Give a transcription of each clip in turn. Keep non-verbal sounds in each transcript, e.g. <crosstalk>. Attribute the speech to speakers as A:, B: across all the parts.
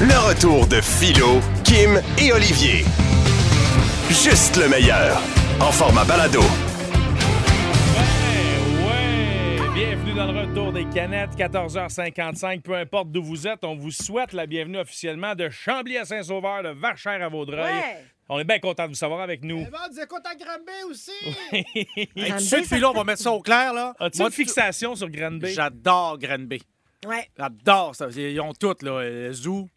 A: Le retour de Philo, Kim et Olivier. Juste le meilleur. En format balado.
B: Eh Ouais, ouais. Bienvenue dans le retour des canettes, 14h55. Peu importe d'où vous êtes, on vous souhaite la bienvenue officiellement de Chambly à Saint-Sauveur, de Varchères à Vaudreuil.
C: Ouais. Euh,
B: On est bien content de vous savoir avec nous.
D: Bon, tu écoutes à Granby aussi!
C: Granby,
E: Hey, tout de suite,
C: ça-
E: puis là, on va mettre ça au clair, là.
B: As-tu
E: Moi,
B: une fixation sur Granby?
E: J'adore Granby.
C: Ouais.
E: J'adore ça. Ils ont toutes, là. euh, Zoo,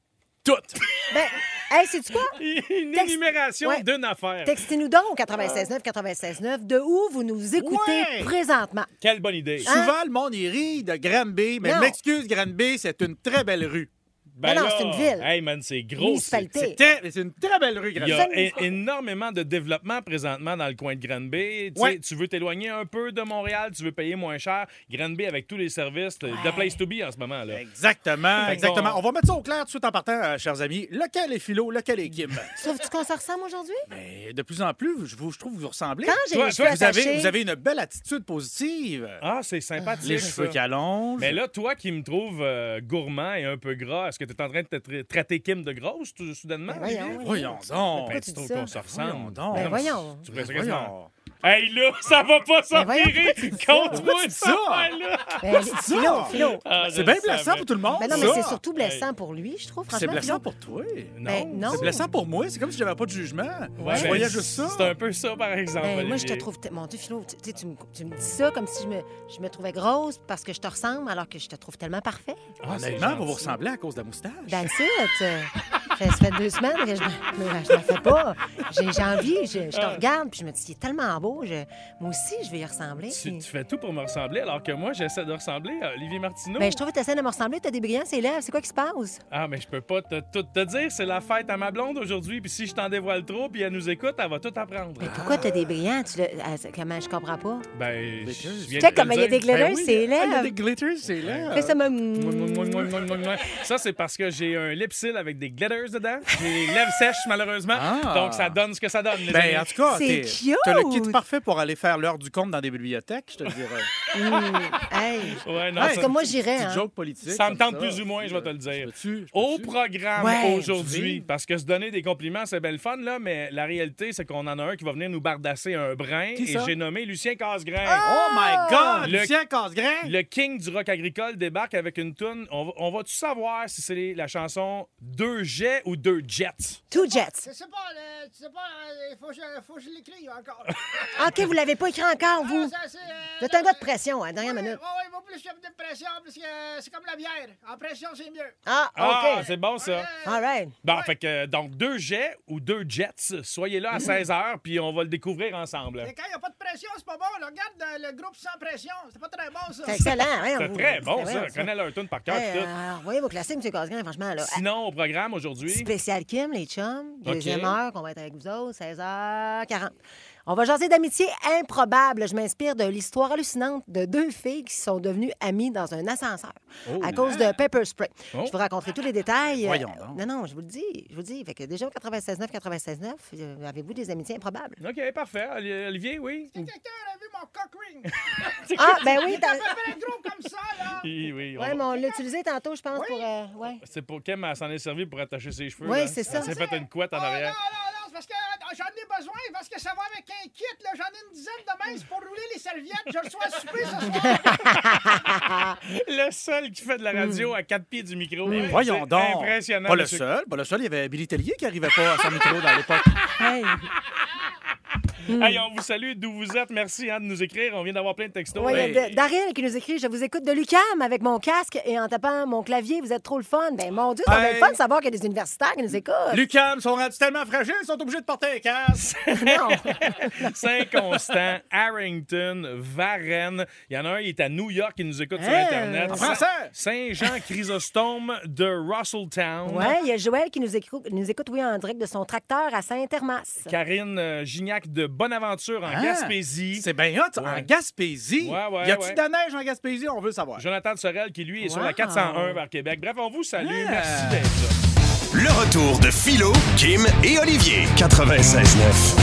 E: toutes.
C: Ben, hey, c'est-tu quoi?
B: <laughs> Une
C: Texte-
B: énumération
C: Ouais.
B: d'une affaire.
C: Textez-nous donc au 96.9, 96.9, de où vous nous écoutez
E: Ouais.
C: présentement.
B: Quelle bonne idée.
C: Hein?
E: Souvent, le monde, il rit de Granby, mais
C: Non.
E: je m'excuse, Granby, c'est une très belle rue.
B: Ben
C: non,
B: là,
C: c'est une ville.
B: Hey man, c'est gros. c'est-
C: Municipalité.
E: Très- C'est une très belle rue,
B: Il
E: Granby.
B: y a
C: Fais-nous
B: é-
C: voir.
B: énormément de développement présentement dans le coin de Granby. Tu sais,
E: Ouais.
B: Tu veux t'éloigner un peu de Montréal, tu veux payer moins cher. Granby avec tous les services, de place to be en ce moment. là.
E: Exactement,
B: Fait
E: exactement.
B: qu'on-
E: On va mettre ça au clair tout de suite en partant, euh, chers amis. Lequel est Philo, lequel est
C: <laughs>
E: Kim?
C: Trouves-tu qu'on se ressemble aujourd'hui?
E: Mais de plus en plus, je, vous, je trouve que vous ressemblez.
C: Quand j'ai
B: Toi-
C: les
B: toi,
C: cheveux
E: vous, avez,
C: attachés-
E: vous avez une belle attitude positive.
B: Ah, c'est sympathique.
E: Les cheveux
B: ça.
E: qui allongent.
B: Mais là, toi qui me trouves euh, gourmand et un peu gras, est-ce que tu es en train de te tra- traiter Kim de grosse tout, soudainement?
C: Ben voyons,
B: Olivier?
C: voyons.
E: Voyons donc.
B: Ben, tu
C: Pourquoi tu dis
B: trouves
C: ça?
B: qu'on se ressemble.
E: Voyons donc.
C: Ben
B: Non,
C: voyons. Ben
B: Tu ferais ça quasiment.
E: Voyons.
B: Hey là, ça va pas
C: voyons,
B: s'empirer!
C: pourquoi tu dis ça?
B: Compte-moi
E: Pourquoi tu dis ça?
B: ça! là.
C: Ben, les- Philo, Philo.
B: Ah, je
E: C'est bien
B: le
E: blessant
B: savais.
E: pour tout le monde.
C: Ben non, mais
E: ça.
C: c'est surtout blessant pour lui, je trouve.
E: C'est
C: Franchement,
E: blessant
C: Philo.
E: pour toi.
C: Ben, non.
E: C'est blessant pour moi. C'est comme si j'avais pas de jugement.
B: Ouais,
E: je
B: ben,
E: voyais juste ça.
B: C'est un peu ça, par exemple.
C: Ben, moi, je te
B: Olivier.
C: trouve. te- Mon Dieu, Philo, tu, tu sais, tu me, tu me dis ça comme si je me, je me trouvais grosse parce que je te ressemble alors que je te trouve tellement parfait.
B: Ah, c'est
E: Honnêtement, vous
B: gentil.
E: vous ressemblez à cause de la moustache.
C: Dans le site, euh, ça fait deux semaines que je ne la fais pas. J'ai j'ai envie, je, je
B: Ah.
C: te regarde, puis je me dis, il est tellement beau, je- moi aussi, je vais y ressembler.
B: Tu, tu fais tout pour me ressembler, alors que moi, j'essaie de ressembler à Olivier Martineau.
C: Ben, je trouve que tu essaies de me ressembler, tu as des brillants, c'est lèvres, c'est quoi qui se passe?
B: Ah, mais je peux pas te, tout te dire. C'est la fête à ma blonde aujourd'hui, puis si je t'en dévoile trop, puis elle nous écoute, elle va tout apprendre.
C: Mais Ben, pourquoi tu as des brillants? Tu le- ah, c'est- comment, je comprends pas.
B: Ben, je
E: Glitters.
B: viens
C: Tu sais,
B: de te le
C: comme il y a
B: dire.
C: des glitters,
B: Ben oui.
C: c'est
E: Ah, il y a
C: lèvres.
E: des glitters, c'est
B: Ah.
E: là.
C: Fais ça, me-
B: Mouin, mouin, mouin, mouin, mouin, mouin, mouin. Ça, c'est parce que j'ai un lip seal avec des glitters dedans. J'ai les lèvres sèches, malheureusement.
E: Ah.
B: Donc, ça donne ce que ça donne. les amis.
E: Ben, en tout cas, t'es-
C: C'est cute.
E: t'as le kit parfait pour aller faire l'heure du compte dans des bibliothèques, je te dirais.
B: <laughs>
C: Hmm, hey.
B: Ouais, non,
C: En
B: ça-
C: tout cas, moi, j'irais.
E: Petite
C: hein.
E: joke politique.
B: Ça me
E: comme
B: tente plus ou moins, je vais te le dire.
E: peux-tu? Je
B: Au
E: peux-tu?
B: programme
C: Ouais.
B: aujourd'hui,
E: Oui.
B: parce que se donner des compliments, c'est belle fun, là, mais la réalité, c'est qu'on en a un qui va venir nous bardasser un brin,
E: Qui
B: et
E: ça?
B: j'ai nommé Lucien Casgrain.
C: Ah,
E: Oh my God!
B: Le-
E: Lucien Casgrain!
B: Le king du rock agricole débarque avec une toune. On va, on va-tu savoir si c'est les- la chanson Deux jets ou Deux jets?
C: Two Jets.
D: Je sais pas, là, tu sais pas, euh, il faut que je, faut que je l'écrive
E: <laughs>
D: encore.
C: OK, vous l'avez pas écrit encore, vous.
D: Ah, ça, c'est, euh,
C: Vous êtes un gars de
D: ouais,
C: pression, hein, dernière minute.
D: Ouais, ouais, moi, plus j'aime de pression, parce que euh, c'est comme la bière. En pression, c'est mieux.
C: Ah,
B: Ah,
C: OK.
B: c'est bon, ça.
C: All right.
B: Bon, fait que, euh, donc, deux jets ou deux jets, soyez là à 16h, puis on va le découvrir ensemble.
D: Mais quand il n'y a pas de pression, c'est pas bon. là. Regarde euh, le groupe sans pression. C'est pas très bon, ça.
C: C'est excellent. hein,
B: C'est
C: vous.
B: très bon,
C: C'est
B: ça.
C: vrai,
B: On connaît leur tune par cœur.
C: Hey,
B: puis tout.
C: euh, Envoyez vos classiques, M. Casgrain, franchement. Là.
B: Sinon, au programme aujourd'hui,
C: Spécial Kim, les chums.
B: OK.
C: Deuxième heure, qu'on va être avec vous autres, 16h40. On va jaser d'amitié improbable. Je m'inspire de l'histoire hallucinante de deux filles qui sont devenues amies dans un ascenseur à cause de pepper spray.
B: Oh.
C: Je vous raconterai tous les détails.
E: Voyons
C: Euh,
E: donc.
C: Non, non, je vous le dis. Je vous le dis. Fait que déjà au 96.9, 96.9, euh, avez-vous des amitiés improbables?
B: OK, parfait. Oli- Olivier, oui?
D: Quelqu'un a vu mon cock ring.
C: Ah, ben oui.
D: C'est à
C: t'as-
D: peu
F: <laughs>
D: près gros comme ça,
E: <laughs>
D: là.
B: Oui, oui. on
C: Ouais,
B: va-
C: mais on l'a utilisé tantôt, je pense, pour... euh, ouais.
B: C'est pour Kim, elle s'en est servie pour attacher ses cheveux.
C: Oui,
B: là.
C: c'est ça.
B: Elle s'est fait une couette
F: Oh,
B: en
D: Ah, non, non,
B: arrière.
D: non, c'est parce que euh, j'en ai besoin, parce que ça va avec un kit, là. J'en ai une dizaine de mains, c'est pour rouler les serviettes. Je reçois à souper ce soir.
B: Le seul qui fait de la radio à quatre pieds du micro.
E: Voyons
B: C'est
E: donc.
B: Impressionnant.
E: Pas le
B: monsieur.
E: seul. Pas le seul. Il y avait Billy Tellier qui arrivait pas à son micro dans
C: <laughs>
E: l'époque.
C: Hey.
B: Hey, on vous salue d'où vous êtes. Merci hein, de nous écrire. On vient d'avoir plein de textos.
C: Oui, il y a
E: Hey.
C: de- Daryl qui nous écrit Je vous écoute de l'UCAM avec mon casque et en tapant mon clavier, vous êtes trop le fun. Ben mon Dieu, c'est bien
E: Hey.
C: le fun de savoir qu'il y a des universitaires qui nous écoutent.
E: Lucam sont rendus tellement fragiles, ils sont obligés de porter un casque.
C: Non.
B: Saint-Constant, Harrington, Varennes. Il y en a un, il est à New York, il nous écoute sur
C: Hein?
B: Internet.
E: En français.
B: Saint-Jean-Chrysostome de Russelltown.
C: Ouais, il y a Joël qui nous écoute, nous écoute oui, en direct de son tracteur à Saint-Hermas.
B: Karine euh, Gignac de Bonaventure en
E: Ah,
B: Gaspésie.
E: C'est bien hot.
B: Ouais.
E: En Gaspésie.
B: Ouais, ouais,
E: y a-tu
B: ouais.
E: de la neige en Gaspésie? On veut savoir.
B: Jonathan de Sorel qui, lui, est sur la
C: Wow. Ah!
B: 401 vers Québec. Bref, on vous salue.
E: Yeah.
B: Merci d'être là.
A: Le retour de Philo, Kim et Olivier. 96.9.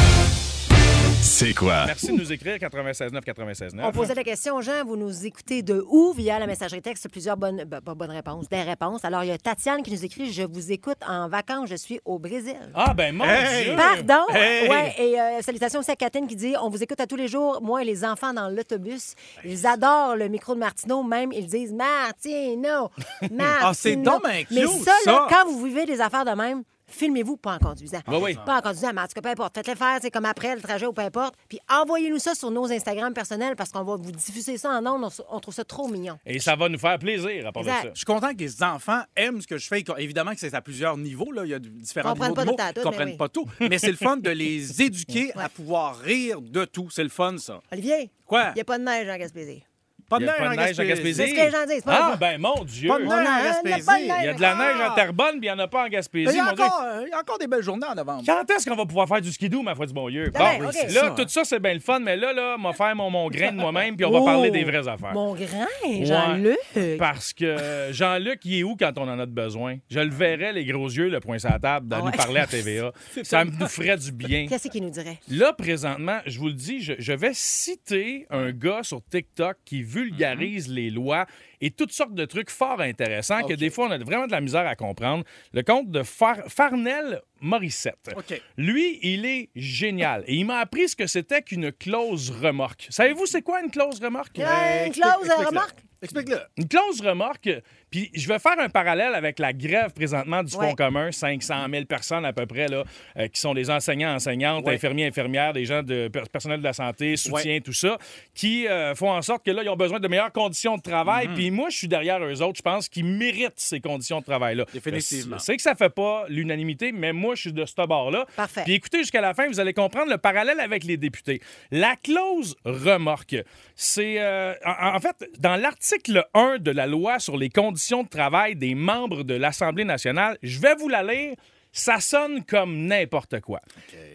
A: C'est quoi?
B: Merci de nous écrire 96.9, 96.9.
C: On posait la question aux gens, vous nous écoutez de où via la messagerie texte? Plusieurs bonnes, ben, pas bonnes réponses, des réponses. Alors, il y a Tatiane qui nous écrit Je vous écoute en vacances, je suis au Brésil.
B: Ah, ben mon
E: Hey!
B: Dieu!
C: Pardon?
B: Hey!
C: Ouais, et euh, salutations aussi à Catherine qui dit On vous écoute à tous les jours, moi et les enfants dans l'autobus. Ils adorent le micro de Martineau, même ils
B: <laughs>
C: disent Martino! Martino!
E: Ah, c'est donc bien cute,
C: Mais ça, là,
E: ça.
C: quand vous vivez des affaires de même, Filmez-vous pas en conduisant.
B: Ben oui.
C: Pas en conduisant, mais en tout cas, peu importe. Faites-le faire, c'est comme après le trajet ou peu importe. Puis envoyez-nous ça sur nos Instagram personnels parce qu'on va vous diffuser ça en ondes. On s- On trouve ça trop mignon.
B: Et ça va nous faire plaisir à part de
C: Exact.
B: ça.
E: Je suis content que les enfants aiment ce que je fais. Évidemment que c'est à plusieurs niveaux. Là. Il y a différents
C: Comprennent
E: niveaux
C: pas
E: d'humour.
C: tout à tout,
E: Ils
C: mais
E: comprennent
C: oui.
E: pas tout. Mais c'est le fun
C: <laughs>
E: de les éduquer à pouvoir rire de tout. C'est le fun, ça.
C: Olivier,
E: Quoi?
C: il n'y a pas de neige en Gaspésie.
E: Pas
B: Il y a pas de neige à Gaspésie.
C: C'est ce que les gens disent, pas
B: Ah,
C: moi.
B: ben mon Dieu!
E: Pas de neige
C: a-
E: à
C: il y a
E: Gaspésie.
C: pas de neige.
B: Il y a de la neige
E: Ah!
B: en Terrebonne, puis il n'y en a pas en Gaspésie.
E: Il y, a
B: mon Dieu.
E: encore, euh, il y a encore des belles journées en novembre.
B: Quand est-ce qu'on va pouvoir faire du skidoo, ma foi du bon Dieu?
C: Demain,
B: Bon,
C: Ah ben, ok.
B: là,
E: C'est ça,
B: tout
E: hein.
B: ça, c'est bien le fun, mais là, là, m'a faire mon, mon grain de moi-même, puis on va parler des vraies affaires.
C: Oh! Mon grain,
B: Ouais.
C: Jean-Luc.
B: Parce que Jean-Luc, il est où quand on en a de besoin? Je le verrais, les gros yeux, le point sur la table, dans
C: Ah ouais.
B: nous parler à
C: <laughs>
B: TVA. ça me nous ferait du bien.
C: Qu'est-ce qu'il nous dirait?
B: Là, présentement, je vous le dis, je, je vais citer un gars sur TikTok qui vulgarise les lois et toutes sortes de trucs fort intéressants que des fois, on a vraiment de la misère à comprendre. Le compte de Far- Farnell Morissette.
E: OK.
B: Lui, il est génial. Et il m'a appris ce que c'était qu'une clause remorque. Savez-vous c'est quoi une clause remorque?
C: Euh, Une clause,
E: Explique-le.
C: remarque?
E: Explique-le.
B: Une clause remorque, puis je vais faire un parallèle avec la grève présentement du
C: Ouais.
B: Fonds commun, 500 000 personnes à peu près, là, euh, qui sont des enseignants, enseignantes,
E: Ouais.
B: infirmiers, infirmières, des gens de per- personnel de la santé, soutien, tout ça, qui euh, font en sorte que là, ils ont besoin de meilleures conditions de
E: Mm.
B: travail. Puis moi, je suis derrière eux autres, je pense qu'ils méritent ces conditions de travail-là.
E: Définitivement.
B: Je sais que ça fait pas l'unanimité, mais moi, je suis de ce bord-là.
C: Parfait.
B: Puis écoutez jusqu'à la fin, vous allez comprendre le parallèle avec les députés. La clause remorque, c'est euh, en, en fait dans l'article 1 de la loi sur les conditions de travail des membres de l'Assemblée nationale. Je vais vous la lire. Ça sonne comme n'importe quoi.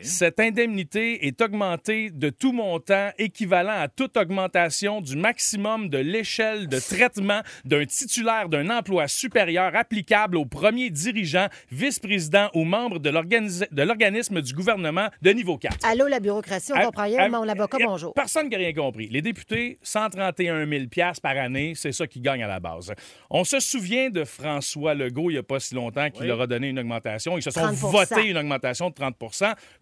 B: Cette indemnité est augmentée de tout montant équivalent à toute augmentation du maximum de l'échelle de traitement d'un titulaire d'un emploi supérieur applicable au premier dirigeant, vice-président ou membre de l'organisa- de l'organisme du gouvernement de niveau 4.
C: Allô, la bureaucratie, on
B: À-
C: comprend
B: à-
C: rien, mais on l'avocat,
B: y a
C: bonjour.
B: Personne qui n'a rien compris. Les députés, 131 000 par année, c'est ça qu'ils gagnent à la base. On se souvient de François Legault, il n'y a pas si longtemps, qui leur a donné une augmentation. Ils se sont
C: 30%.
B: votés une augmentation de 30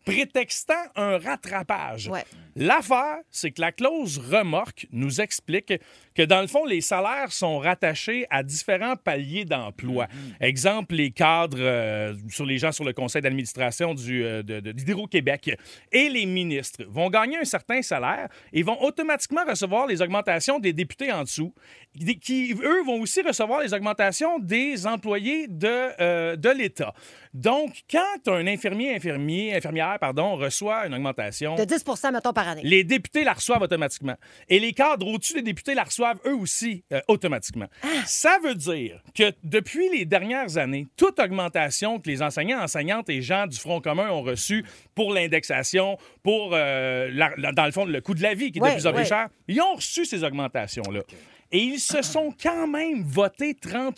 B: prétextant un rattrapage.
C: Ouais.
B: L'affaire, c'est que la clause remorque nous explique que, dans le fond, les salaires sont rattachés à différents paliers d'emploi. Exemple, les cadres, euh, sur les gens sur le conseil d'administration du, euh, de- de- d'Hydro-Québec et les ministres vont gagner un certain salaire et vont automatiquement recevoir les augmentations des députés en dessous, des- qui, eux, vont aussi recevoir les augmentations des employés de, euh, de l'État. Donc, quand un infirmier, infirmier, infirmière, pardon, reçoit une augmentation...
C: De 10 mettons, par année.
B: Les députés la reçoivent automatiquement. Et les cadres au-dessus des députés la reçoivent eux aussi euh, automatiquement.
C: Ah.
B: Ça veut dire que depuis les dernières années, toute augmentation que les enseignants, enseignantes et gens du Front commun ont reçue pour l'indexation, pour, euh, la- la- dans le fond, le coût de la vie qui est
C: Ouais,
B: de plus en plus
C: ouais.
B: cher, ils ont reçu ces augmentations-là. Et ils se sont quand même votés 30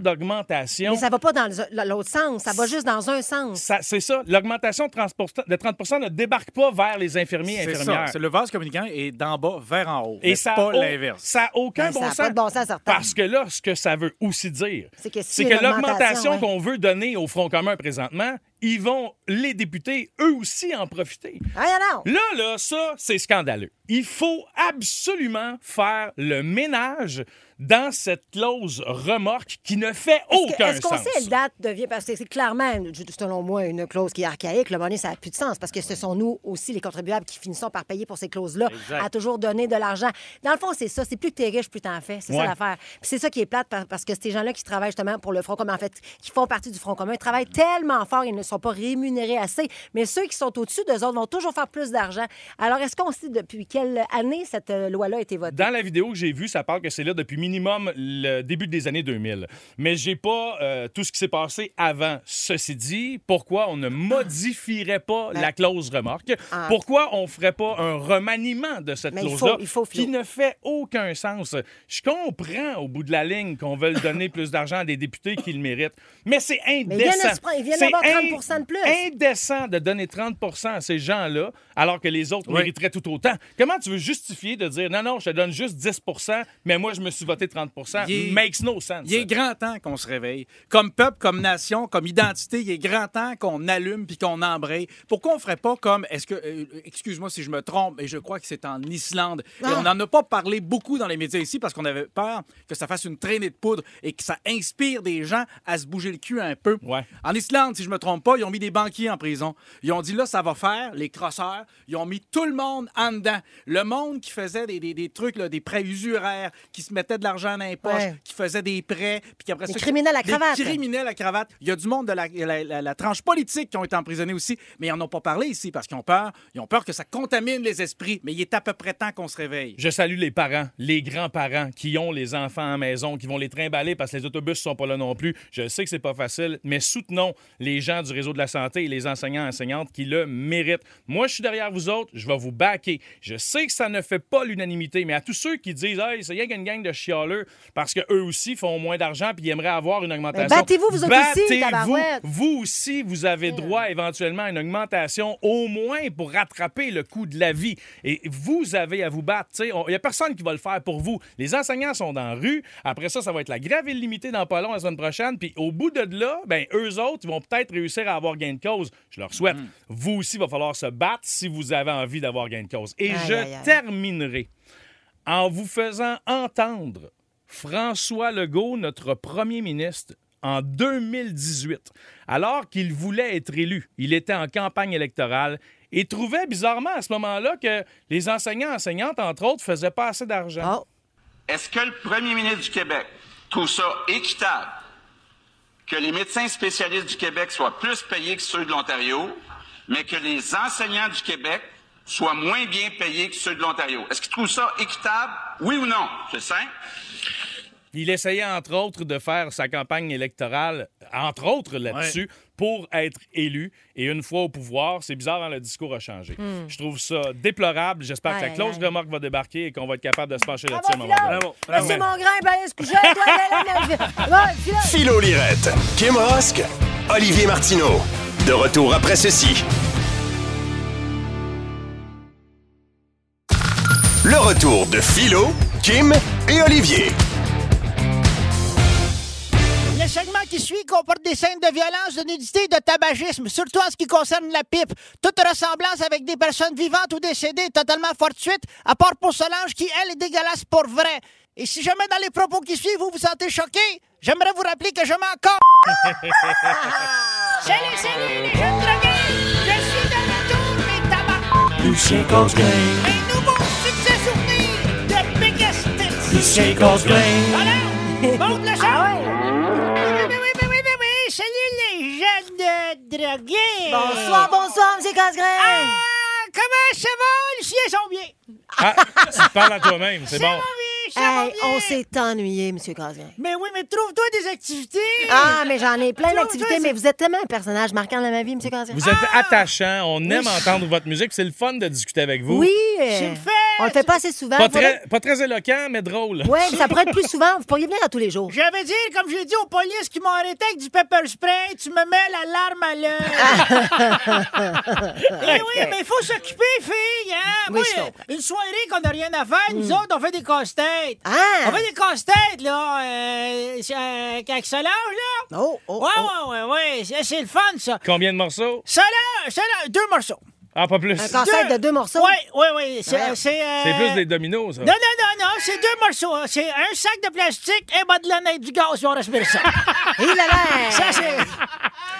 B: d'augmentation.
C: Mm-hmm. Mais ça va pas dans le- l'autre sens, ça va juste dans un sens.
B: Ça- c'est ça, l'augmentation de 30 de 30 ne débarque pas vers les infirmiers et
E: C'est ça.
B: infirmières.
E: C'est le vase communicant est d'en bas vers en haut.
B: Et
E: mais
B: ça
E: pas
B: a-
E: l'inverse.
B: Ça n'a aucun
C: Ben,
B: bon
C: ça a
B: sens.
C: pas de bon sens, certain.
B: Parce que là, ce que ça veut aussi dire,
C: C'est que si
B: c'est
C: une
B: que
C: augmentation,
B: l'augmentation
C: ouais.
B: qu'on veut donner au Front commun présentement, ils vont, les députés, eux aussi, en profiter.
C: Ah, non, non.
B: Là, là, ça, c'est scandaleux. Il faut absolument faire le ménage dans cette clause remorque qui ne fait
C: Est-ce que-
B: aucun
C: est-ce qu'on
B: sens.
C: sait la date de vie? Parce que c'est clairement, selon moi, une clause qui est archaïque. Le monnaie, ça n'a plus de sens parce que ce sont nous aussi, les contribuables, qui finissons par payer pour ces clauses-là, à toujours donner de l'argent. Dans le fond, c'est ça. C'est plus que t'es riche, plus t'en fais. C'est
B: Ouais.
C: ça l'affaire. Puis c'est ça qui est plate par- parce que ces gens-là qui travaillent justement pour le Front commun, en fait, qui font partie du Front commun, ils travaillent tellement fort, ils ne sont pas rémunérés assez. Mais ceux qui sont au-dessus d'eux autres vont toujours faire plus d'argent. Alors, est-ce qu'on sait depuis quelle année cette euh, loi-là a été votée?
B: Dans la vidéo que j'ai vue, ça parle que c'est là depuis minimum le début des années 2000. Mais j'ai pas euh, tout ce qui s'est passé avant. Ceci dit, pourquoi on ne modifierait pas
C: Ben-
B: la clause remorque?
C: Ah.
B: Pourquoi on ferait pas un remaniement de cette
C: Mais il
B: clause-là
C: faut- il faut, Philo.
B: qui ne fait aucun sens? Je comprends au bout de la ligne qu'on veuille donner plus d'argent à des députés qui le méritent, mais c'est
C: ils viennent de se
B: indécent.
C: prendre- ils viennent
B: C'est
C: d'avoir
B: in-
C: 30 de plus.
B: indécent de donner 30 à ces gens-là alors que les autres
E: Oui.
B: mériteraient tout autant. Comment tu veux justifier de dire non, non, je te donne juste 10 mais moi, je me suis voté 30
E: Il est-
B: Makes no sense.
E: Il est grand temps qu'on se réveille. Comme peuple, comme nation, comme identité, il est grand temps qu'on allume puis qu'on embraye. Pourquoi on ferait pas comme, est-ce que, euh, excuse-moi si je me trompe, mais je crois que c'est en Islande. Et
C: Ah.
E: on n'en a pas parlé beaucoup dans les médias ici parce qu'on avait peur que ça fasse une traînée de poudre et que ça inspire des gens à se bouger le cul un peu.
B: Ouais.
E: En Islande, si je me trompe pas, ils ont mis des banquiers en prison. Ils ont dit là, ça va faire, les crosseurs. Ils ont mis tout le monde en dedans. Le monde qui faisait des, des- des trucs, là, des prêts usuraires, qui se mettait de l'argent dans les poches,
C: Ouais.
E: qui faisait des prêts, puis qu'après
C: Des
E: ça.
C: criminels à
E: des
C: cravate.
E: criminels à cravate. Il y a du monde de la, la- la- la tranche politique qui ont été emprisonnés aussi, mais ils n'en ont pas parlé ici parce qu'ils ont peur. Ils ont peur que ça contamine les esprits, mais il est à peu près temps qu'on se réveille.
B: Je salue les parents, les grands-parents qui ont les enfants à la maison, qui vont les trimballer parce que les autobus sont pas là non plus. Je sais que c'est pas facile, mais soutenons les gens du réseau de la santé et les enseignants et enseignantes qui le méritent. Moi, je suis derrière vous autres, je vais vous baquer. Je sais que ça ne fait pas l'unanimité, mais à tous ceux qui disent hey, c'est rien qu'une gang de chialeux parce que eux aussi font moins d'argent puis ils aimeraient avoir une augmentation.
C: Mais Ben, battez-vous, vous autres aussi,
B: Battez-vous.
C: tabarouette.
B: Vous aussi, vous avez
C: Hmm.
B: droit éventuellement à une augmentation, au moins pour rattraper le coût de la vie. Et vous avez à vous battre. tu sais. On- Il n'y a personne qui va le faire pour vous. Les enseignants sont dans la rue. Après ça, ça va être la grève illimitée dans pas long la semaine prochaine. Puis au bout de là, ben, eux autres, ils vont peut-être réussir à avoir gain de cause. Je leur souhaite.
C: Hmm.
B: Vous aussi, il va falloir se battre si vous avez envie d'avoir gain de cause. Et
C: Aïe,
B: je
C: aïe, aïe.
B: terminerai en vous faisant entendre François Legault, notre premier ministre, en 2018, alors qu'il voulait être élu. Il était en campagne électorale et trouvait bizarrement à ce moment-là que les enseignants enseignantes, entre autres, faisaient pas assez d'argent.
C: Oh.
G: Est-ce que le premier ministre du Québec trouve ça équitable que les médecins spécialistes du Québec soient plus payés que ceux de l'Ontario, mais que les enseignants du Québec soient moins bien payés que ceux de l'Ontario? Est-ce qu'il trouve ça équitable, oui ou non? C'est simple.
B: Il essayait, entre autres, de faire sa campagne électorale, entre autres là-dessus, pour être élu. Et une fois au pouvoir, c'est bizarre, hein, le discours a changé. Je trouve ça déplorable. J'espère que
C: Hmm. Aïe,
B: la clause
C: aïe,
B: de
C: aïe.
B: remorque va débarquer et qu'on va être capable de se pencher
C: Bravo,
B: là-dessus à un moment donné.
C: Ah bah, Philo. Monsieur Mongrain, Balais Cougin, toi, la- la- la- la- Ah, Ouais, Philo.
A: Philo Lirette, Kim Rosk, Olivier Martineau. De retour après ceci. Le retour de Philo, Kim et Olivier.
D: Le segment qui suit comporte des scènes de violence, de nudité et de tabagisme, surtout en ce qui concerne la pipe. Toute ressemblance avec des personnes vivantes ou décédées est totalement fortuite, à part pour Solange qui, elle, est dégueulasse pour vrai. Et si jamais dans les propos qui suivent, vous vous sentez choqué, j'aimerais vous rappeler que je m'en compte.
F: Salut, salut les jeunes drogués! Je suis de retour, mes tabacs!
H: Lucien Cosgrain,
F: Un nouveau succès souvenir de Megasticks!
H: Lucien Cosgrain,
C: <laughs>
F: Alors, monte le son!
C: Ah ouais.
F: Oui, oui, oui, oui, oui, oui, oui! Salut les jeunes euh, drogués!
C: Bonsoir, bonsoir, Monsieur Casgrain.
F: Ah, comment ça va? Les chiens sont bien!
B: Ah, tu parles à toi-même, c'est
F: Ça
B: bon.
F: va bien, ça va
C: Hey,
F: bien!
C: on s'est ennuyé, Monsieur Casgrain.
F: Mais oui, mais trouve-toi des activités!
C: Ah, mais j'en ai plein
F: Claude,
C: d'activités,
F: c'est-
C: mais vous êtes tellement un personnage marquant dans ma vie, Monsieur Casgrain.
B: Vous êtes attachant, on aime entendre votre musique, puis c'est le fun de discuter avec vous.
C: Oui. euh,
F: C'est une fête.
C: On le fait pas assez souvent.
B: Pas
C: Faudrait-
B: très, pas très éloquent, mais drôle.
C: Ouais, mais ça pourrait être plus souvent. Vous pourriez venir à tous les jours.
F: J'avais dit, comme j'ai dit aux polices qui m'ont arrêté avec du pepper spray, tu me mets l'alarme à
C: <laughs>
F: l'œil. Eh oui, mais il faut s'occuper, fille. Hein?
C: Oui,
F: Moi,
C: je comprends. Hmm.
F: une soirée qu'on n'a rien à faire, nous autres, on fait des casse-têtes.
C: Ah!
F: On fait des casse-têtes, là, euh, euh, avec Solange, là.
C: Oh, oh,
F: ouais,
C: oh.
F: ouais, ouais, ouais, c'est- c'est le fun, ça.
B: Combien de morceaux?
F: Solange, Solange, deux morceaux.
B: Ah, pas plus.
C: Un
B: C'est
C: casse-tête de deux morceaux.
F: Oui, oui, oui. C'est
C: Ouais.
F: c'est, euh,
B: plus des dominos, ça.
F: Non, non, non, non, c'est deux morceaux. hein. C'est un sac de plastique, un bas de laine et du gaz, puis on respire
C: <laughs>
F: ça.
C: Et là
F: <laughs>
C: là.
F: ça, c'est...
B: Ça,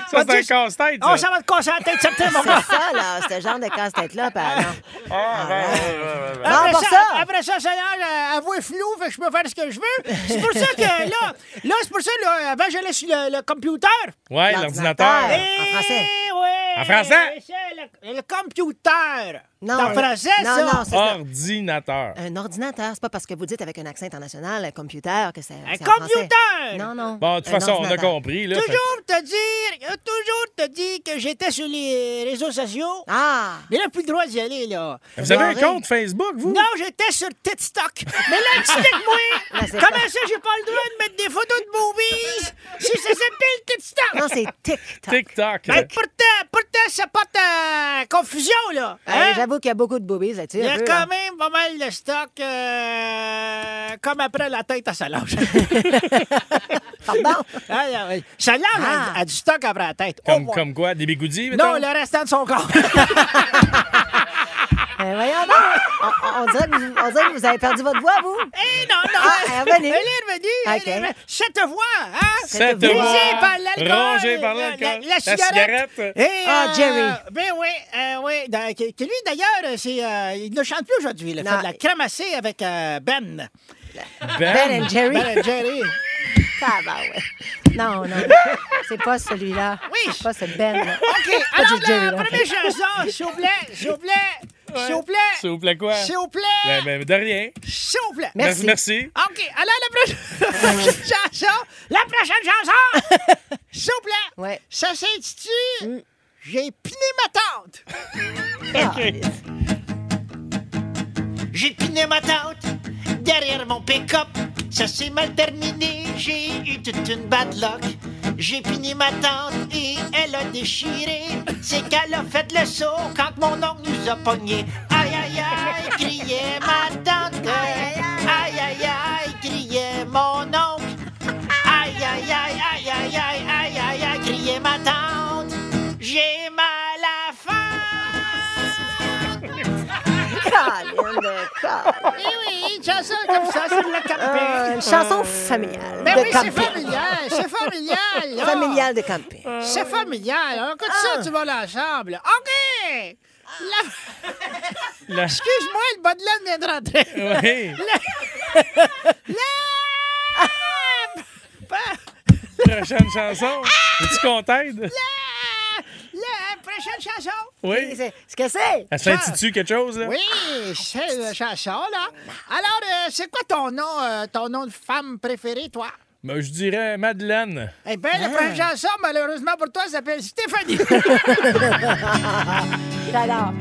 B: c'est un
F: Mathieu,
B: casse-tête,
F: On
B: ça.
F: s'en Oh, va te casser la tête,
B: <laughs>
F: septembre.
C: C'est ça, là, ce genre de casse-tête-là, ben, pardon.
B: Ah, ouais, ouais, ouais, ouais.
C: Bon, pour ça.
F: Après ça, ça a avoué flou, fait que je peux faire ce que je veux. C'est pour ça que là, là c'est pour ça, là, avant, j'allais sur le, le computer.
B: Ouais, l'ordinateur.
C: En français.
F: Eh ouais.
B: En français?
F: C'est le- Le computer.
C: Non.
F: C'est en français,
C: non,
F: ça?
C: Non, c'est
B: Ah,
C: ça. Euh,
B: Ordinateur.
C: Un ordinateur, c'est pas parce que vous dites avec un accent international, un computer, que c'est.
F: Un
C: c'est en français.
F: computer!
C: Non, non.
B: Bon, de toute
C: Un
B: façon, on a
C: ordinateur.
B: compris. Là, fait-
F: Toujours te dire, euh, toujours te dire que j'étais sur les réseaux sociaux.
C: Ah!
F: Mais là, plus le droit d'y aller, là.
B: Vous avez un
C: Barré.
B: compte Facebook, vous?
F: Non, j'étais sur TikTok. Mais là, explique-moi.
C: <laughs> Là, c'est
F: comment ça, j'ai pas le droit de mettre des photos de boobies si ça s'appelle TikTok?
C: Non,
F: <laughs>
C: c'est TikTok.
B: TikTok.
F: Ben, pourtant, pourtant, ça porte à confusion, là.
C: Euh,
F: Hein?
C: J'avoue qu'il y a beaucoup de boobies là-dessus.
F: Il y
C: un
F: a
C: peu, hein.
F: quand
C: là.
F: même pas mal de stock, euh, comme après la tête à
C: <laughs>
F: Solange.
C: Pardon?
F: <laughs> Ah, ah, oui. Solange
C: Ah.
F: a, a du stock après la tête. Au
B: Euh, Comme,
F: moins.
B: comme quoi? Des
F: non,
B: bigoudis, mettons?
F: le restant de son corps.
C: Euh, voyons donc. On, on dirait que vous, on dirait que vous avez perdu votre voix, vous.
F: Eh non, non.
C: Ah, elle est revenue.
F: Elle est revenue. elle
C: Ok.
F: est revenue. Cette voix, hein?
B: Cette
F: Brisée
B: voix,
F: par l'alcool.
B: rongée par
F: La-
B: l'alcool.
F: La, la
B: La
F: cigarette.
B: cigarette.
F: Et,
C: Ah,
F: euh,
C: Jerry.
F: Ben oui, euh, oui. Da- qui- qui lui, d'ailleurs, c'est, euh, il ne chante plus aujourd'hui. Il a
C: Non.
F: fait de la cramassée avec euh, Ben.
C: Ben and Jerry.
F: Ben et
C: <laughs>
F: Jerry.
C: Ah, bah ouais. Non, non. C'est pas celui-là.
F: Oui.
C: C'est pas ce Ben. là.
F: OK.
C: Pas
F: Alors,
C: du Jerry,
F: la
C: là.
F: première chanson, s'il vous plaît, s'il vous plaît, s'il vous plaît,
B: S'il vous plaît, quoi?
F: s'il vous
B: Ben,
F: plaît,
B: ben, de rien.
F: s'il vous plaît.
C: Merci.
B: Merci.
F: Ah, OK. Alors, la prochaine chanson, la prochaine chanson, s'il vous plaît,
C: Ouais.
F: ça s'intitule J'ai piné ma tante. J'ai piné ma tante derrière mon pick-up. Ça s'est mal terminé, j'ai eu toute une bad luck. J'ai piné ma tante et elle a déchiré. C'est qu'elle a fait le saut quand mon oncle nous a pognés. Aïe aïe aïe, criait ma tante. Aïe aïe aïe, criait mon oncle. Aïe aïe aïe, aïe aïe aïe, aïe aïe aïe, criait ma tante. J'ai mal à la fin.
C: Ah, Colin de Colin.
F: Eh oui, une chanson comme ça, c'est de la
C: Euh,
F: campagne.
C: une chanson familiale.
F: Ben
C: de
F: oui, c'est
C: camping.
F: familial, Oh. c'est familial. Ah. là.
C: Familiale de camping.
F: C'est familial. Alors, écoute ça, tu vas l'ensemble. OK! La-
B: La-
F: Excuse-moi, le bas de laine vient de rentrer.
B: <laughs> Oui. Prochaine chanson.
C: Ah!
B: Es-tu contente?
F: La prochaine chanson.
B: Oui.
C: C'est- Ce que c'est?
B: Elle s'intitule quelque chose, là?
F: Oui, c'est la chanson, là. Alors, euh, c'est quoi ton nom, euh, ton nom de femme préférée, toi?
B: Ben, je dirais Madeleine.
F: Eh bien, la prochaine chanson, malheureusement pour toi, s'appelle Stéphanie.
C: Alors,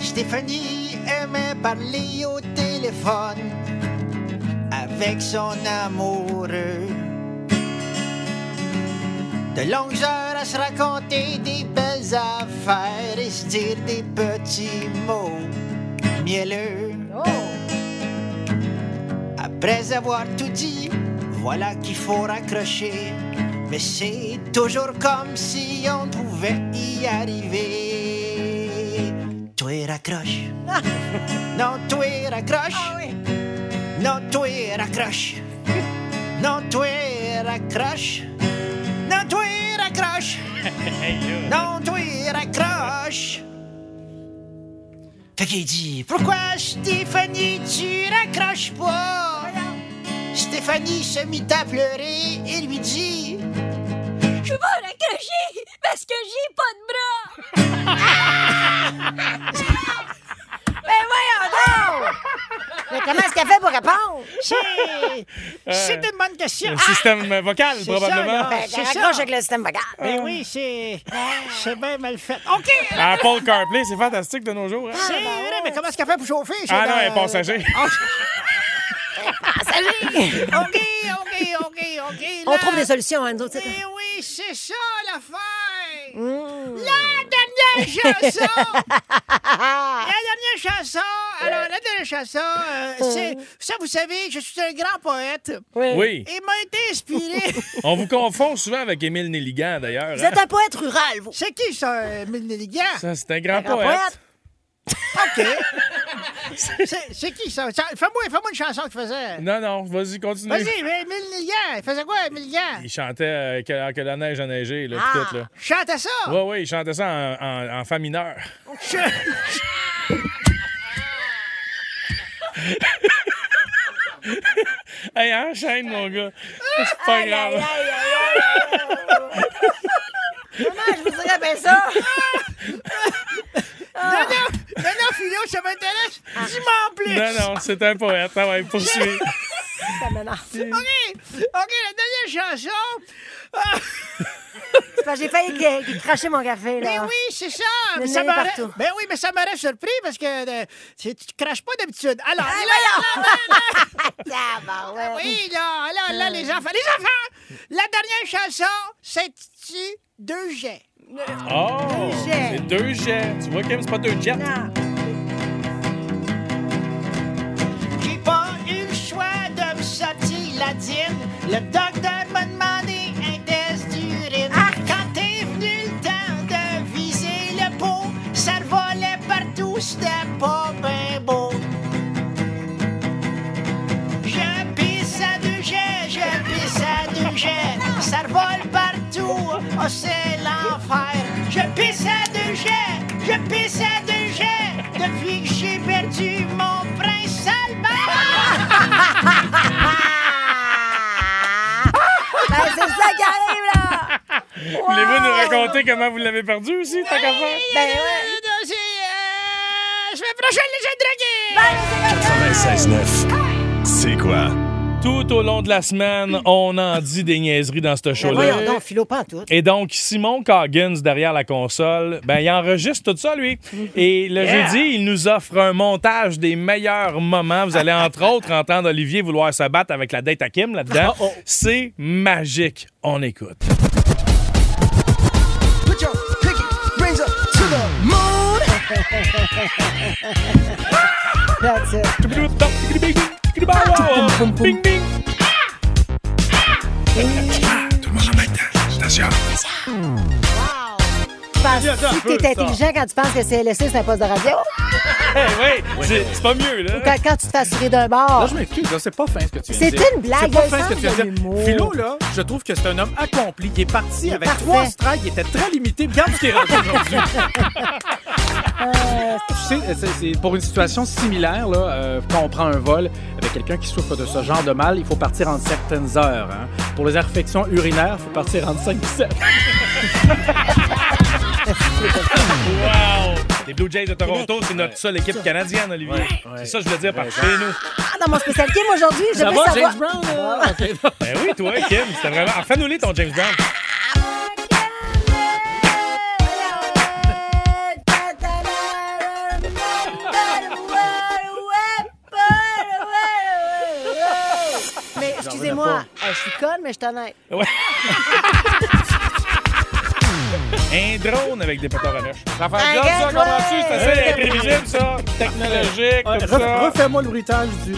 F: Stéphanie aimait parler au téléphone avec son amoureux. De longues heures à se raconter des belles affaires et se dire des petits mots mielleux. Après avoir tout dit, voilà qu'il faut raccrocher. Mais c'est toujours comme si on pouvait y arriver. Toi, raccroche. Non, toi, raccroche. Non, toi, raccroche. Non, toi, raccroche. Non, toi, raccroche. Non, toi, raccroche. Fait qu'il dit Pourquoi Stéphanie, tu raccroches pas Stéphanie se mit à pleurer et lui dit
I: Je vais raccrocher parce que j'ai pas de bras.
C: <laughs> ben voyons donc! Mais comment est-ce qu'elle fait pour répondre?
F: C'est c'est une bonne question.
B: Le système vocal,
F: c'est
B: probablement.
F: ça, là.
C: Ben,
F: C'est
C: elle
F: ça.
C: raccroche avec le système vocal.
F: Mais Eh oui, c'est c'est bien mal fait. OK!
B: Ben Ah, Paul CarPlay, c'est fantastique de nos jours. hein?
F: C'est vrai, mais comment est-ce qu'elle fait pour chauffer? ben, c'est
B: Ah non,
F: dans-
B: elle est passager.
F: OK, OK, OK, OK.
C: On
F: là.
C: trouve des solutions, hein, nous autres. c'est-
F: Eh oui, c'est ça l'affaire!
B: Mmh.
F: La dernière chanson!
B: <laughs>
F: la dernière chanson! Alors, la dernière chanson, euh,
B: Mmh.
F: c'est. Ça, vous savez, je suis un grand poète
B: Oui.
F: et m'a été
B: <laughs>
F: inspiré.
B: On vous confond souvent avec Émile Nelligan, d'ailleurs.
C: Vous
B: hein?
C: êtes un poète rural, vous.
F: c'est qui ça, euh, Émile Nelligan?
B: Ça, c'est un grand,
C: grand
B: poète.
F: OK. C'est- C'est qui ça? Ça- Fais-moi fais-moi une chanson qu'il faisait.
B: Non, non, vas-y, continue.
F: Vas-y, mais Émile Nelligan, il faisait quoi, Émile Nelligan?
B: Il chantait euh, que, que la neige a neigé, là,
C: Ah.
B: pis tout, là.
F: Chantait ça!
B: Oui, oui, il chantait ça en, en, en fa
C: <laughs>
B: mineur. hey,
C: Ah,
B: enchaîne, mon gars. C'est pas grave.
C: Comment je vous dirais bien ça?
D: Non, non, non, non, Philo, ça m'intéresse. Dis-moi en plus.
B: Non, non, c'est un poète. Ah ouais, poursuivre.
C: Ça m'énerve.
D: OK, OK, la dernière chanson. Ah,
C: C'est parce que J'ai failli que- cracher mon café,
D: ben
C: là.
D: oui, c'est ça.
C: Il y en
D: Mais
C: a
D: ça m'aurait-
C: partout.
D: ben oui, mais ça m'aurait surpris parce que euh, c'est- tu craches pas d'habitude. Alors, là,
C: Ah, Tabarouette.
D: oui, là, là, là, les enfants. Les enfants, la dernière chanson s'intitule Deux jets.
B: Oh!
C: Deux jets.
B: C'est deux jets. Tu vois, Kim, c'est pas deux jets.
C: Non.
F: J'ai pas eu le choix de me sortir la dîne. Le docteur m'a demandé un test d'urine. Quand est venu le temps de viser le pot, ça volait partout, c'était pas ben beau. Je pisse à deux jets, je pisse à deux jets. Ça vole partout, oh c'est l'enfer. Je pisse à deux jets, je pisse à deux jets. Depuis que j'ai perdu mon prince Albert.
C: Ben, c'est ça qui arrive, là!
B: Voulez-vous nous raconter comment vous l'avez perdu aussi, tant qu'à faire?
C: Ben ouais.
D: Euh, c'est, euh, je vais prochaine les jets drogués.
A: 96.9. C'est quoi?
B: Tout au long de la semaine, on en dit des niaiseries dans ce
C: Ben
B: show-là.
C: voyons donc, Philo, pas en tout.
B: Et donc, Simon Coggins, derrière la console, ben, il enregistre tout ça, lui. Et le jeudi, il nous offre un montage des meilleurs moments. Vous allez, entre autres, entendre Olivier vouloir se battre avec la date à Kim là-dedans. C'est magique. On écoute.
C: That's it.
B: Bing, bing.
C: Tu penses- si t'es intelligent quand tu penses que CLSC, c'est un poste de radio,
B: Eh oui, c'est c'est pas mieux, là.
C: quand, quand tu te fais assurer d'un bar.
E: Là, je m'excuse, là, c'est pas fin ce que tu viens
C: C'est
E: de dire.
C: une blague,
E: C'est pas
C: il y a un
E: fin ce que tu viens hein, de
C: sens de l'humour.
E: dire. Philo, là, je trouve que c'est un homme accompli. Il est parti avec
C: parfait.
E: trois strikes. Il était très limité. Regarde ce qu'il est rendu <laughs> aujourd'hui. Euh, Tu sais, c'est- c'est pour une situation similaire, là, euh, quand on prend un vol avec quelqu'un qui souffre de ce genre de mal, il faut partir en certaines heures. hein. Pour les infections urinaires, il faut partir en 5-7.
B: Wow! Les Blue Jays de Toronto, c'est notre seule équipe canadienne, Olivier. C'est ça que je voulais dire par chez nous.
C: Ah, dans mon spécial game aujourd'hui, je
E: Ça
C: veux
E: va,
C: savoir.
E: Ah James Brown? là? Ok.
B: Ben oui, toi, Kim, c'était vraiment. Ah, Fais-nous-les ton James Brown.
C: Mais excusez-moi, euh, je suis conne, mais je t'en ai.
B: Un drone avec des pétards à mèche. Ça fait
C: Un
B: job, ça,
C: gars,
B: comprends-tu?
C: ouais.
B: C'est assez imprévisible, ça. Technologique,
E: Ouais,
B: comme
E: ref-
B: ça.
E: Refais-moi le bruitage du...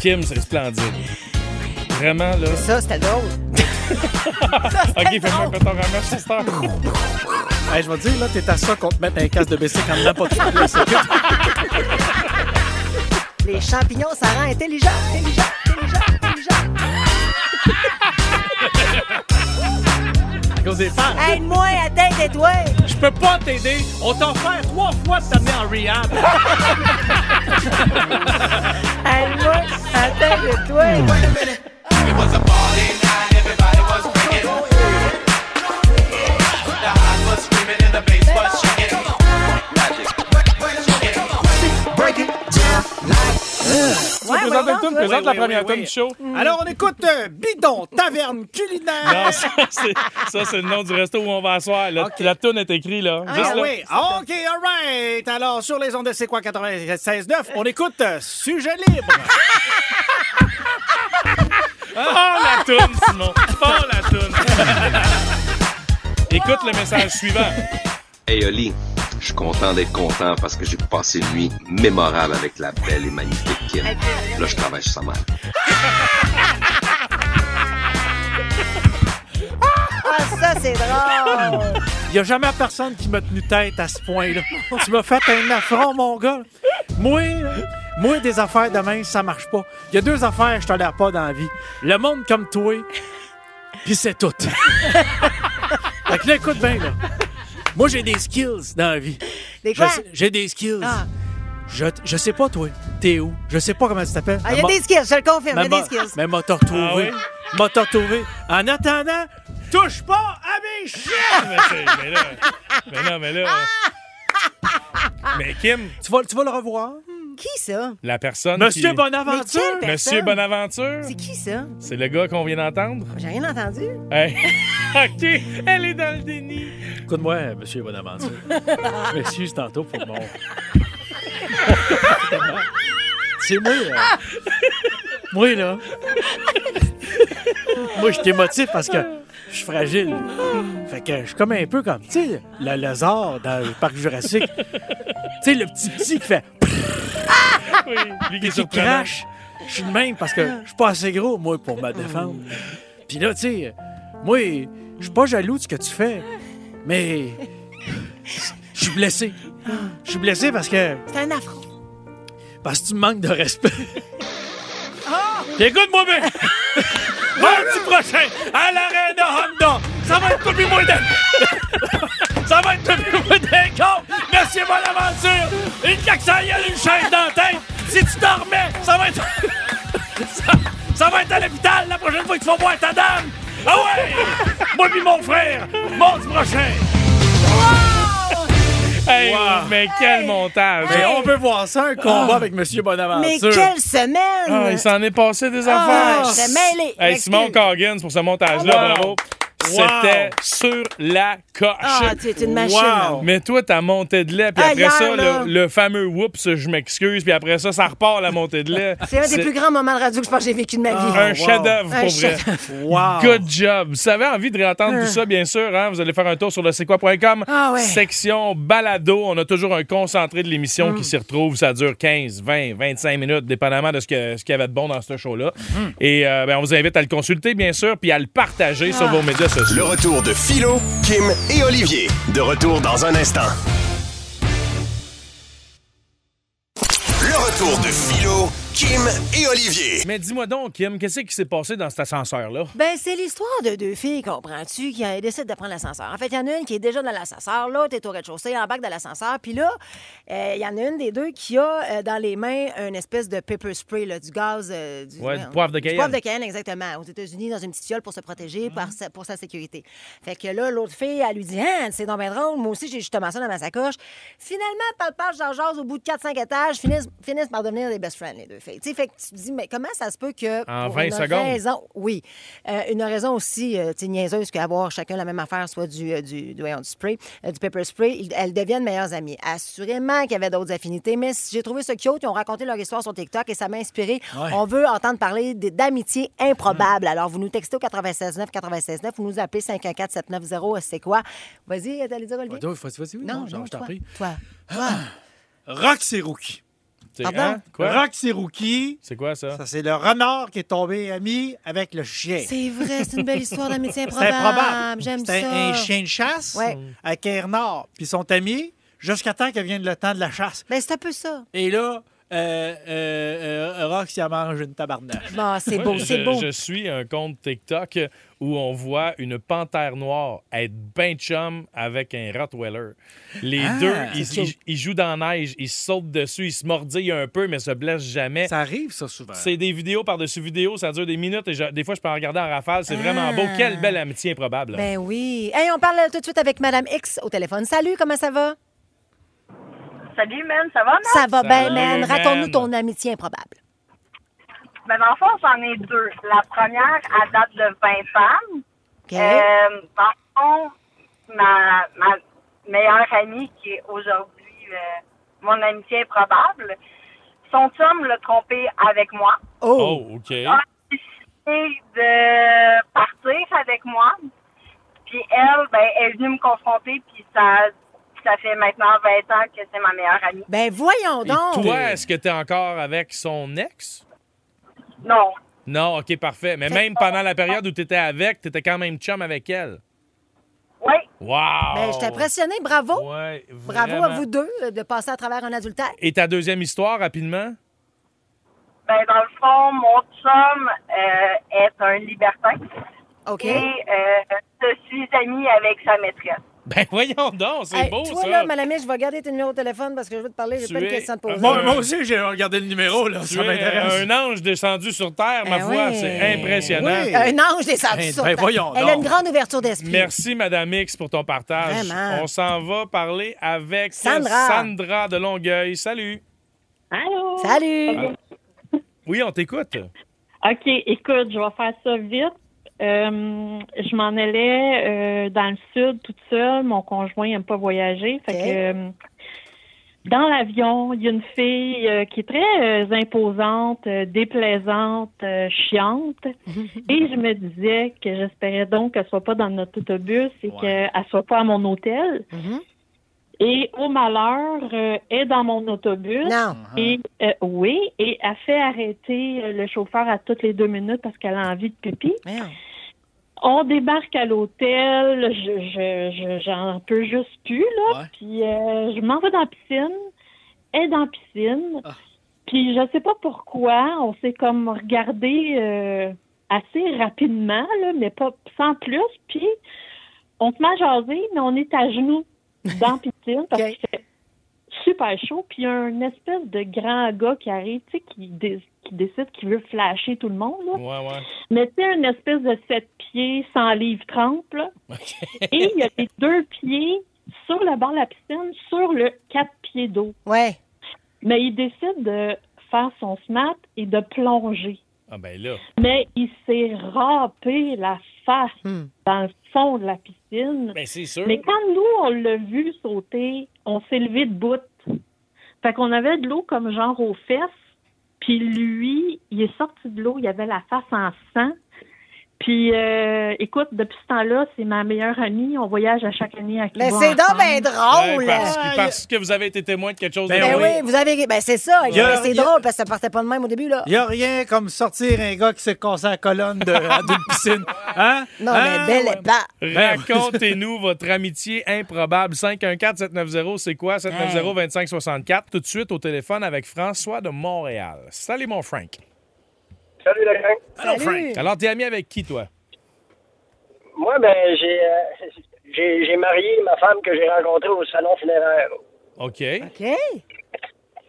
B: Kim, c'est splendide. Vraiment, là.
C: Ça,
E: <laughs>
C: c'était drôle.
B: OK, fais-moi un pétard à mèche, c'est ça.
E: Hey, je vais te dire, là, t'es à ça qu'on te mette un casque de BC quand même pas de place.
C: Les champignons, ça rend intelligent, intelligent, intelligent, intelligent.
E: <laughs> À cause des fans.
C: Aide-moi à tête et toi.
E: Je peux pas t'aider. On t'a offert trois fois de t'amener en rehab.
C: Aide-moi à tête et toi. Ouais,
B: présente
C: voyons,
B: avec toi,
C: toi.
B: présente la
E: oui,
B: première
E: oui,
B: tune
E: oui.
B: du show.
E: Alors, on écoute euh, Bidon, Taverne Culinaire.
B: Non, ça, c'est ça, c'est le nom du resto où on va asseoir. La,
E: OK.
B: la toune est écrite, là. Juste
E: Ah
B: là.
E: oui, OK, all right. Alors, sur les ondes de C'est quoi 96.9, on écoute euh, Sujet libre.
B: Oh, la toune, Simon. Oh, la toune.
E: <laughs>
B: Écoute le message suivant.
J: Hey Oli, je suis content d'être content parce que j'ai passé une nuit mémorable avec la belle et magnifique Kim. Là, je travaille sur sa mère.
C: Ah, ça, c'est drôle.
E: Il n'y a jamais personne qui m'a tenu tête à ce point-là. tu m'as fait un affront, mon gars. Moi, là, moi, des affaires de main, ça marche pas. Il y a deux affaires que je tolère pas dans la vie. Le monde comme toi, puis c'est <laughs> tout. fait que là, écoute bien, là. Moi, j'ai des skills dans la vie.
C: Des
E: Je
C: quoi?
E: sais- J'ai des skills.
C: Ah.
E: Je, je sais pas, toi. T'es où? Je sais pas comment tu t'appelles.
C: Ah, il y a
E: Mais
C: des skills, je le confirme, il y
E: mais
C: a des
E: m'a-
C: skills.
E: Mais m'a t'as retrouvé.
B: Ah oui?
E: M'a t'as retrouvé. En attendant, Touche pas à mes
B: mais, c'est- mais là, mais non, mais là. Mais Kim,
E: tu, vas, tu vas le revoir.
C: Qui ça?
B: la personne.
E: Monsieur
B: qui-
E: Bonaventure.
C: Mais quelle
B: Monsieur
C: personne?
B: Bonaventure,
C: C'est qui ça?
B: c'est le gars qu'on vient d'entendre.
C: J'ai rien entendu.
B: Hey. <laughs> OK, elle est dans le déni.
E: Écoute-moi, euh, monsieur Bonaventure. Je m'excuse tantôt pour mon. C'est moi, là. Moi, là. moi, je suis émotif parce que je suis fragile. Fait que je suis comme un peu comme, tu sais, le lézard dans le parc Jurassique. tu sais, le petit petit qui fait.
B: Oui, lui qui est
E: qui
B: surprenant.
E: crache. Je suis le même parce que je suis pas assez gros, moi, pour me défendre. Puis là, tu sais, moi, je suis pas jaloux de ce que tu fais, mais je suis blessé. Je suis blessé parce que,
C: C'est un affront.
E: parce que tu me manques de respect. Puis Écoute-moi <laughs> bien! Mardi prochain, à l'Arena Honda, ça va être tout le monde Ça va être tout le monde d'un con! Monsieur Bonaventure! Une claque ça y une chaise dans la tête! Si tu t'en remets, ça va être... <laughs> ça, ça va être à l'hôpital la prochaine fois que tu vas voir ta dame! Ah ouais! Moi pis mon frère, mardi prochain!
B: Hey,
E: Wow.
B: mais quel montage.
E: Mais on veut voir ça, un combat avec Monsieur
C: Mais
E: Bonaventure!
C: quelle semaine!
B: Ah, il s'en est passé des
C: Ah,
B: affaires.
C: je t'ai mêlé. Ah,
B: Hey,
C: Excuse.
B: Simon Coggins pour ce montage-là,
E: Wow.
B: bravo.
E: Wow.
B: C'était sur la coche.
C: Ah, tu es une machine.
E: Wow.
B: Mais toi, ta montée de lait, puis
C: Ah,
B: après
C: hier,
B: ça,
C: là.
B: le, le fameux whoops, je m'excuse, puis après ça, ça repart la montée de lait.
C: C'est un des plus grands moments de radio que je pense que j'ai vécu de ma vie.
E: Ah,
B: un chef-d'œuvre
C: Un
B: pour vrai.
C: chef-d'œuvre.
E: Wow!
B: Good job. Si vous avez envie de réentendre tout ça, bien sûr, hein, vous allez faire un tour sur le c'est quoi.com,
C: Ah ouais.
B: section balado. On a toujours un concentré de l'émission qui s'y retrouve. Ça dure 15, 20, 25 minutes, dépendamment de ce que- ce qu'il y avait de bon dans ce show-là. Et euh, ben, on vous invite à le consulter, bien sûr, puis à le partager sur vos médias sociaux.
A: Le retour de Philo, Kim et Olivier. De retour dans un instant. Le retour de Philo, Kim et Olivier.
B: Mais dis-moi donc, Kim, qu'est-ce qui s'est passé dans cet ascenseur-là?
C: Ben, c'est l'histoire de deux filles, comprends-tu, qui euh, décident de prendre l'ascenseur. En fait, il y en a une qui est déjà dans l'ascenseur, l'autre est au rez-de-chaussée, en bac de l'ascenseur. Puis là, euh, il y en a une des deux qui a euh, dans les mains une espèce de pepper spray, là, du gaz. euh, du,
B: Ouais, du
C: euh,
B: poivre de Cayenne. Mhm.
C: Du poivre de Cayenne, exactement. Aux États-Unis, dans une petite fiole pour se protéger, par sa- pour sa sécurité. Fait que là, l'autre fille, elle lui dit Hein, c'est dans drôle, moi aussi, j'ai justement ça dans ma sacoche. Finalement, palpage, j'en jase au bout de 4-5 étages, finissent, finissent par devenir des best friends, les deux filles. Tu sais, fait que tu te dis Mais comment ça se peut que.
B: En
C: pour
B: 20
C: une
B: secondes.
C: raison- oui. Euh, une raison aussi euh, tu sais, niaiseuse qu'avoir chacun la même affaire, soit du, euh, du, du, voyons, du spray, euh, du pepper spray, ils- elles deviennent meilleures amies. Assurément qu'il y avait d'autres affinités, mais j'ai trouvé ce cute. Ils ont raconté leur histoire sur TikTok et ça m'a inspiré. On veut entendre parler d- d'amitié
E: Hmm.
C: improbable. Alors, vous nous textez au 969 969, vous nous appelez 514 790 euh, c'est quoi? Vas-y, euh, t'allais dire Olivier?
E: Toi, vas-y, vas-y, oui, non, je t'en
C: toi,
E: prie.
C: toi.
E: Rock Rookie.
B: C'est-
C: Pardon?
B: hein? Quoi?
E: Rock Rookie.
B: C'est quoi ça?
E: Ça, c'est le renard qui est tombé ami avec le chien.
C: C'est vrai, c'est une belle histoire d'amitié
E: C'est
C: improbable.
E: improbable.
C: J'aime
E: C'est
C: ça.
E: un, un chien de chasse
C: Ouais.
E: avec un renard. Puis ils sont amis jusqu'à temps que vienne le temps de la chasse.
C: Ben, c'est un peu ça.
E: Et là, euh, euh, euh, Rox, il en mange une tabarnache.
C: Bon, c'est
B: Moi,
C: beau,
B: je-
C: c'est beau.
B: Je suis un compte TikTok où on voit une panthère noire être ben chum avec un Rottweiler. Les
E: Ah,
B: deux,
E: c'est
B: ils, ils- ils jouent dans la neige, ils se sautent dessus, ils se mordillent un peu, mais se blessent jamais.
E: Ça arrive, ça, souvent.
B: C'est des vidéos par-dessus vidéos, ça dure des minutes et je- des fois je peux en regarder en rafale, c'est vraiment beau. Quelle belle amitié improbable.
C: Ah. Ben oui. Hey, on parle tout de suite avec Madame X au téléphone. Salut, comment ça va?
K: Salut, man, ça va, man?
C: Ça va bien,
B: va,
C: man.
B: man.
C: Raconte-nous ton amitié improbable.
K: Ben, dans le fond, j'en ai deux. La première, à date de 20 ans.
C: OK?
K: Euh, dans le fond, ma, ma meilleure amie, qui est aujourd'hui euh, mon amitié improbable, son chum l'a trompé avec moi.
C: oh.
B: Oh, OK.
K: Elle a décidé de partir avec moi. Puis elle, ben, elle est venue me confronter, puis ça, ça fait maintenant 20 ans que c'est ma meilleure amie.
C: Ben voyons
B: Et
C: donc.
B: toi, est-ce que tu es encore avec son ex?
K: Non,
B: Non, OK, parfait. Mais même pendant la période où tu étais avec, tu étais quand même chum avec elle.
K: oui,
B: Wow!
C: Ben, je suis impressionnée. Bravo.
B: Ouais,
C: Bravo à
B: vraiment.
C: vous deux euh, de passer à travers un adultère.
B: Et ta deuxième histoire, rapidement? <laughs>
K: Ben, dans le fond, mon chum euh, est un libertin
C: OK?
K: et euh, je suis amie avec sa maîtresse.
B: Ben voyons donc, c'est
C: Hey,
B: beau
C: toi,
B: ça.
C: là, madame, je vais garder tes numéros de téléphone parce que je veux te parler, j'ai
B: Tu
C: plein de
B: es-
C: questions à te poser.
E: Moi, moi aussi, j'ai regardé le numéro, là.
B: Tu
E: ça
B: es
E: m'intéresse.
B: un ange descendu sur terre, ma
C: Ben
B: foi,
C: oui.
B: c'est impressionnant.
C: Oui. Un ange des sables.
B: Ben,
C: sur
B: ben,
C: terre.
B: voyons
C: Elle a
B: donc.
C: une grande ouverture d'esprit.
B: Merci, Madame X, pour ton partage.
C: Vraiment.
B: On s'en va parler avec
C: Sandra.
B: Sandra de Longueuil. Salut.
L: Allô?
C: Salut.
B: Oui, on t'écoute.
L: OK, écoute, je vais faire ça vite. Euh, je m'en allais euh, dans le sud toute seule. Mon conjoint n'aime pas voyager. Fait
M: OK.
L: que, euh, dans l'avion, il y a une fille euh, qui est très euh, imposante, euh, déplaisante, euh, chiante. Et je me disais que j'espérais donc qu'elle soit pas dans notre autobus et qu'elle soit pas à mon hôtel. Et au malheur, euh, est dans mon autobus.
C: Non.
L: Et euh, oui, et a fait arrêter euh, le chauffeur à toutes les deux minutes parce qu'elle a envie de pipi. On débarque à l'hôtel, je, je, je- j'en peux juste plus là. Puis euh, je m'en vais dans la piscine, elle est dans la piscine. Puis je sais pas pourquoi, on s'est comme regardé euh, assez rapidement là, mais pas sans plus. Puis on se met à jaser, mais on est à genoux dans la piscine parce qu'il fait super chaud. Puis il y a un espèce de grand gars qui arrive, tu sais, qui, dé- qui décide qu'il veut flasher tout le monde. Là.
B: Ouais, <laughs> ouais.
L: Mais tu sais, une espèce de sept pieds, 100 livres 30, là. Et il y a les deux pieds sur le bord de la piscine, sur le quatre pieds d'eau.
C: Ouais.
L: Mais il décide de faire son snap et de plonger.
B: Ah ben là.
L: Mais il s'est râpé la face dans le fond de la piscine.
B: Ben c'est
M: Mm.
B: sûr.
L: Mais quand nous, on l'a vu sauter, on s'est levé de bout. Fait qu'on avait de l'eau comme genre aux fesses. Puis lui, il est sorti de l'eau, il avait la face en sang. Puis, euh, écoute, depuis ce temps-là, c'est ma meilleure amie. On voyage à chaque année à Cuba.
C: Mais c'est donc ben drôle.
B: Ouais, parce, que, parce que vous avez été témoin de quelque chose
C: Ben,
B: de drôle.
C: oui. vous avez. Ben, c'est ça.
E: Il y a-
C: Ben, C'est
E: il y a-
C: drôle parce que ça partait pas de même au début, là.
E: Il n'y a rien comme sortir un gars qui s'est cassé la colonne de- à d'une piscine. Hein?
C: Non,
E: Hein?
C: mais belle et pas.
B: Racontez-nous votre amitié improbable. 514-790, c'est quoi? 790-2564. Tout de suite au téléphone avec François de Montréal. Salut, mon Frank.
N: Salut le gang.
B: Allô, Frank. Alors, t'es ami avec qui, toi?
N: Moi, ben, j'ai, euh, j'ai, j'ai marié ma femme que j'ai rencontrée au salon funéraire.
B: OK.
C: OK.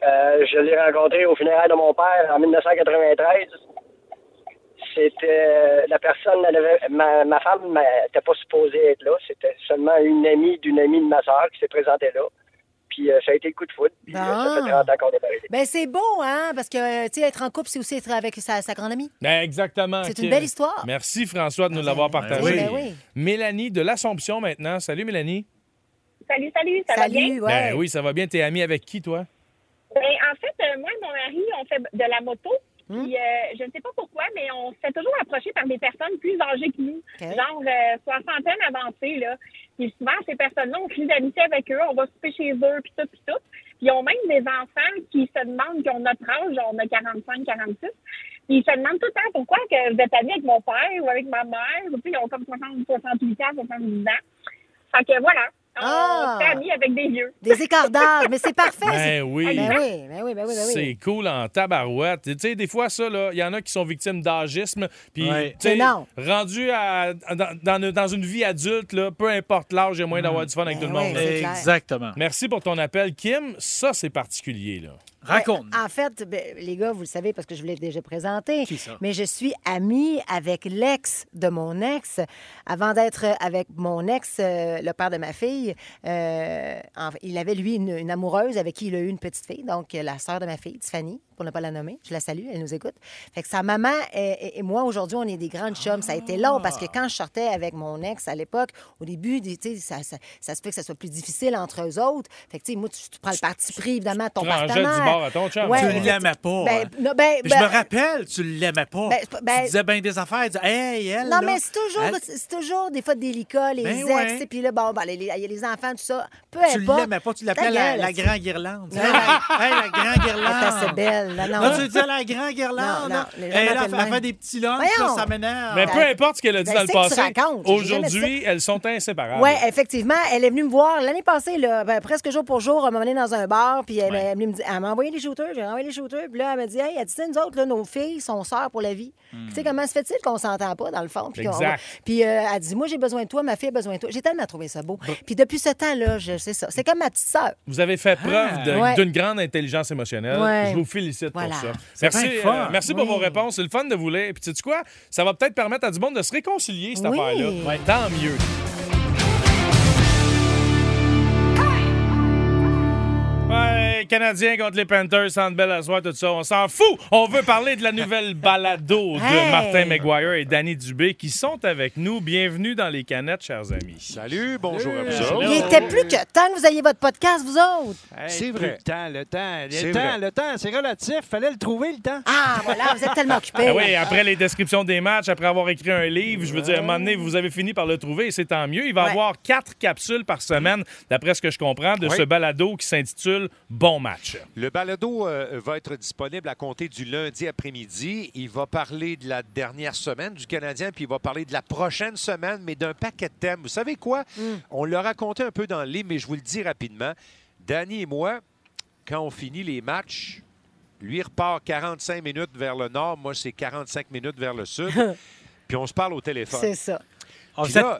N: Euh, je l'ai rencontrée au funéraire de mon père en 1993. C'était euh, la personne, elle avait- ma, ma femme n'était pas supposée être là. C'était seulement une amie d'une amie de ma soeur qui s'est présentée là. Puis euh, ça a été le coup de foudre. Puis, euh, ça fait
C: Ah.
N: 30 ans qu'on est mariés.
C: Ben, c'est beau, hein? Parce que, euh, tu sais, être en couple, c'est aussi être avec sa, sa grande amie.
B: Ben, exactement.
C: C'est
B: Kim.
C: une belle histoire.
B: Merci, François, de nous l'avoir partagé.
C: oui. Ben oui.
B: Mélanie de l'Assomption maintenant. Salut, Mélanie.
M: Salut, salut, ça va bien?
B: Ben oui, ça va bien. T'es ami avec qui, toi?
M: Ben, en fait, euh, moi et mon mari, on fait de la moto. Puis, euh, je ne sais pas pourquoi, mais on se fait toujours approcher par des personnes plus âgées que nous, genre euh, soixantaine avancée. Là. Puis souvent, ces personnes-là, on fait d'amitié avec eux, on va souper chez eux, puis tout, puis tout. Puis ils ont même des enfants qui se demandent, qui ont notre âge, on a 45, 46. Puis ils se demandent tout le temps pourquoi que vous êtes amis avec mon père ou avec ma mère. Puis ils ont comme 60, 68 ans, 70 ans. Fait que voilà, on
C: Ah!
M: fait amis avec des vieux.
C: Des écarts d'âge, mais c'est parfait.
B: Ben
C: c'est-
B: oui.
C: Ben oui, ben oui, ben oui, ben oui.
B: C'est cool en tabarouette. Tu sais, des fois, ça, là, il y en a qui sont victimes d'âgisme. Puis,
E: Ouais.
B: tu sais,
C: Mais non.
B: rendu à- dans, dans- dans une vie adulte, là, peu importe l'âge, il y a moyen
E: Mm.
B: d'avoir du fun avec tout le
C: ouais,
B: monde.
C: c'est clair.
E: Exactement.
B: Merci pour ton appel, Kim. Ça, c'est particulier, là.
C: Ben, en fait, ben, les gars, vous le savez parce que je vous l'ai déjà présenté.
B: Qui ça?
C: Mais je suis amie avec l'ex de mon ex. Avant d'être avec mon ex, euh, le père de ma fille, euh, en- il avait, lui, une, une amoureuse avec qui il a eu une petite fille, donc euh, la sœur de ma fille, Tiffany, pour ne pas la nommer. Je la salue, elle nous écoute. Fait que sa maman et, et- et moi, aujourd'hui, on est des grandes chums. Ça a été long parce que quand je sortais avec mon ex à l'époque, au début, des- tu sais, ça, ça, ça se fait que ça soit plus difficile entre eux autres. Fait que, tu sais, moi, tu, tu prends le parti pris, évidemment, de ton
E: Tu rangeais du
C: partenaire.
E: bord à ton chum.
C: Ouais,
E: Tu l'aimais pas,
C: ben,
E: hein.
C: non, ben,
E: Je
C: ben,
E: me rappelle, tu l'aimais pas.
C: Ben, c'est pas- ben-
E: tu disais bien des affaires. Tu disais, hey, elle.
C: Non,
E: là,
C: mais c'est toujours,
E: elle-
C: c'est toujours des fois délicat, les
E: Ben
C: ex,
E: ouais.
C: tu sais, puis là, bon, ben, les- les- il y a les enfants, tout ça. Peu
E: Tu
C: importe.
E: l'aimais pas, tu l'appelais
C: Ben, Ta
E: la,
C: gueule,
E: la
C: est-ce que-
E: grande guirlande.
C: Ouais.
E: Hey, la, hey, la grande
C: Attends,
E: guirlande.
C: c'est belle. guirlande, là, non.
E: Non, tu dis à la grande guirlande.
C: Non, non, les gens
E: elle, elle,
C: m'appellent
E: elle
C: même.
E: fait des petits lunchs,
C: Voyons.
E: là, ça m'énerve.
O: Ah,
B: Mais peu importe ce qu'elle a dit
C: Ben,
B: dans le
C: c'est que tu
B: passé,
C: racontes, j'ai jamais
B: aujourd'hui, elles sont inséparables.
C: Oui, effectivement. Elle est venue me voir l'année passée, là, ben, presque jour pour jour, elle m'a menée dans un bar, puis elle, elle est venue me dire, elle m'a envoyé les shooters, j'ai envoyé les shooters, puis là, elle m'a dit, hey, elle dit, Tu sais, nous autres, là, nos filles sont sœurs pour la vie.
P: Hmm.
C: Tu sais, comment se fait-il qu'on s'entend pas, dans le fond? Puis, qu'on-
P: Exact.
C: puis euh, elle dit, moi, j'ai besoin de toi, ma fille a besoin de toi. J'ai tellement trouvé ça
E: Bah.
C: beau. Puis depuis ce temps-là, je sais ça. C'est comme ma petite sœur.
B: Vous avez fait preuve de-
C: Ouais.
B: d'une grande intelligence émotionnelle.
C: Ouais.
B: Je vous félicite
C: Voilà.
B: pour ça.
C: C'est
B: Merci,
C: bien fort.
B: euh, merci
C: Oui.
B: pour vos réponses. C'est le fun de vous lire. Puis, tu sais quoi? Ça va peut-être permettre à du monde de se réconcilier, cette
C: Oui.
B: affaire-là. Tant mieux. Ouais, Canadiens contre les Panthers, Sandbell à soir, tout ça, on s'en fout. On veut parler de la
C: <laughs>
B: nouvelle balado de
O: Hey!
B: Martin McGuire et Danny Dubé qui sont avec nous. Bienvenue dans les canettes, chers amis.
O: Salut, bonjour à vous autres.
C: Il était plus que temps que vous ayez votre podcast, vous autres.
O: Hey,
Q: C'est
O: plus
Q: vrai.
O: Le temps, le temps,
Q: C'est
O: le temps,
Q: vrai.
O: le temps, c'est relatif. Fallait le trouver, le temps.
C: Ah, voilà, vous êtes tellement occupés.
B: Ah oui, après les descriptions des matchs, après avoir écrit un livre, je veux dire, à un moment donné, vous avez fini par le trouver et c'est tant mieux. Il va y avoir quatre capsules par semaine, d'après ce que je comprends, de
O: Oui.
B: ce balado qui s'intitule Bon match.
O: Le balado euh, va être disponible à compter du lundi après-midi. Il va parler de la dernière semaine du Canadien, puis il va parler de la prochaine semaine, mais d'un paquet de thèmes. Vous savez quoi? On l'a raconté un peu dans le livre, mais je vous le dis rapidement. Danny et moi, quand on finit les matchs, lui repart 45 minutes vers le nord, moi c'est 45 minutes vers le sud, puis on se parle au téléphone.
C: C'est ça.
O: Puis
E: vous êtes
O: là,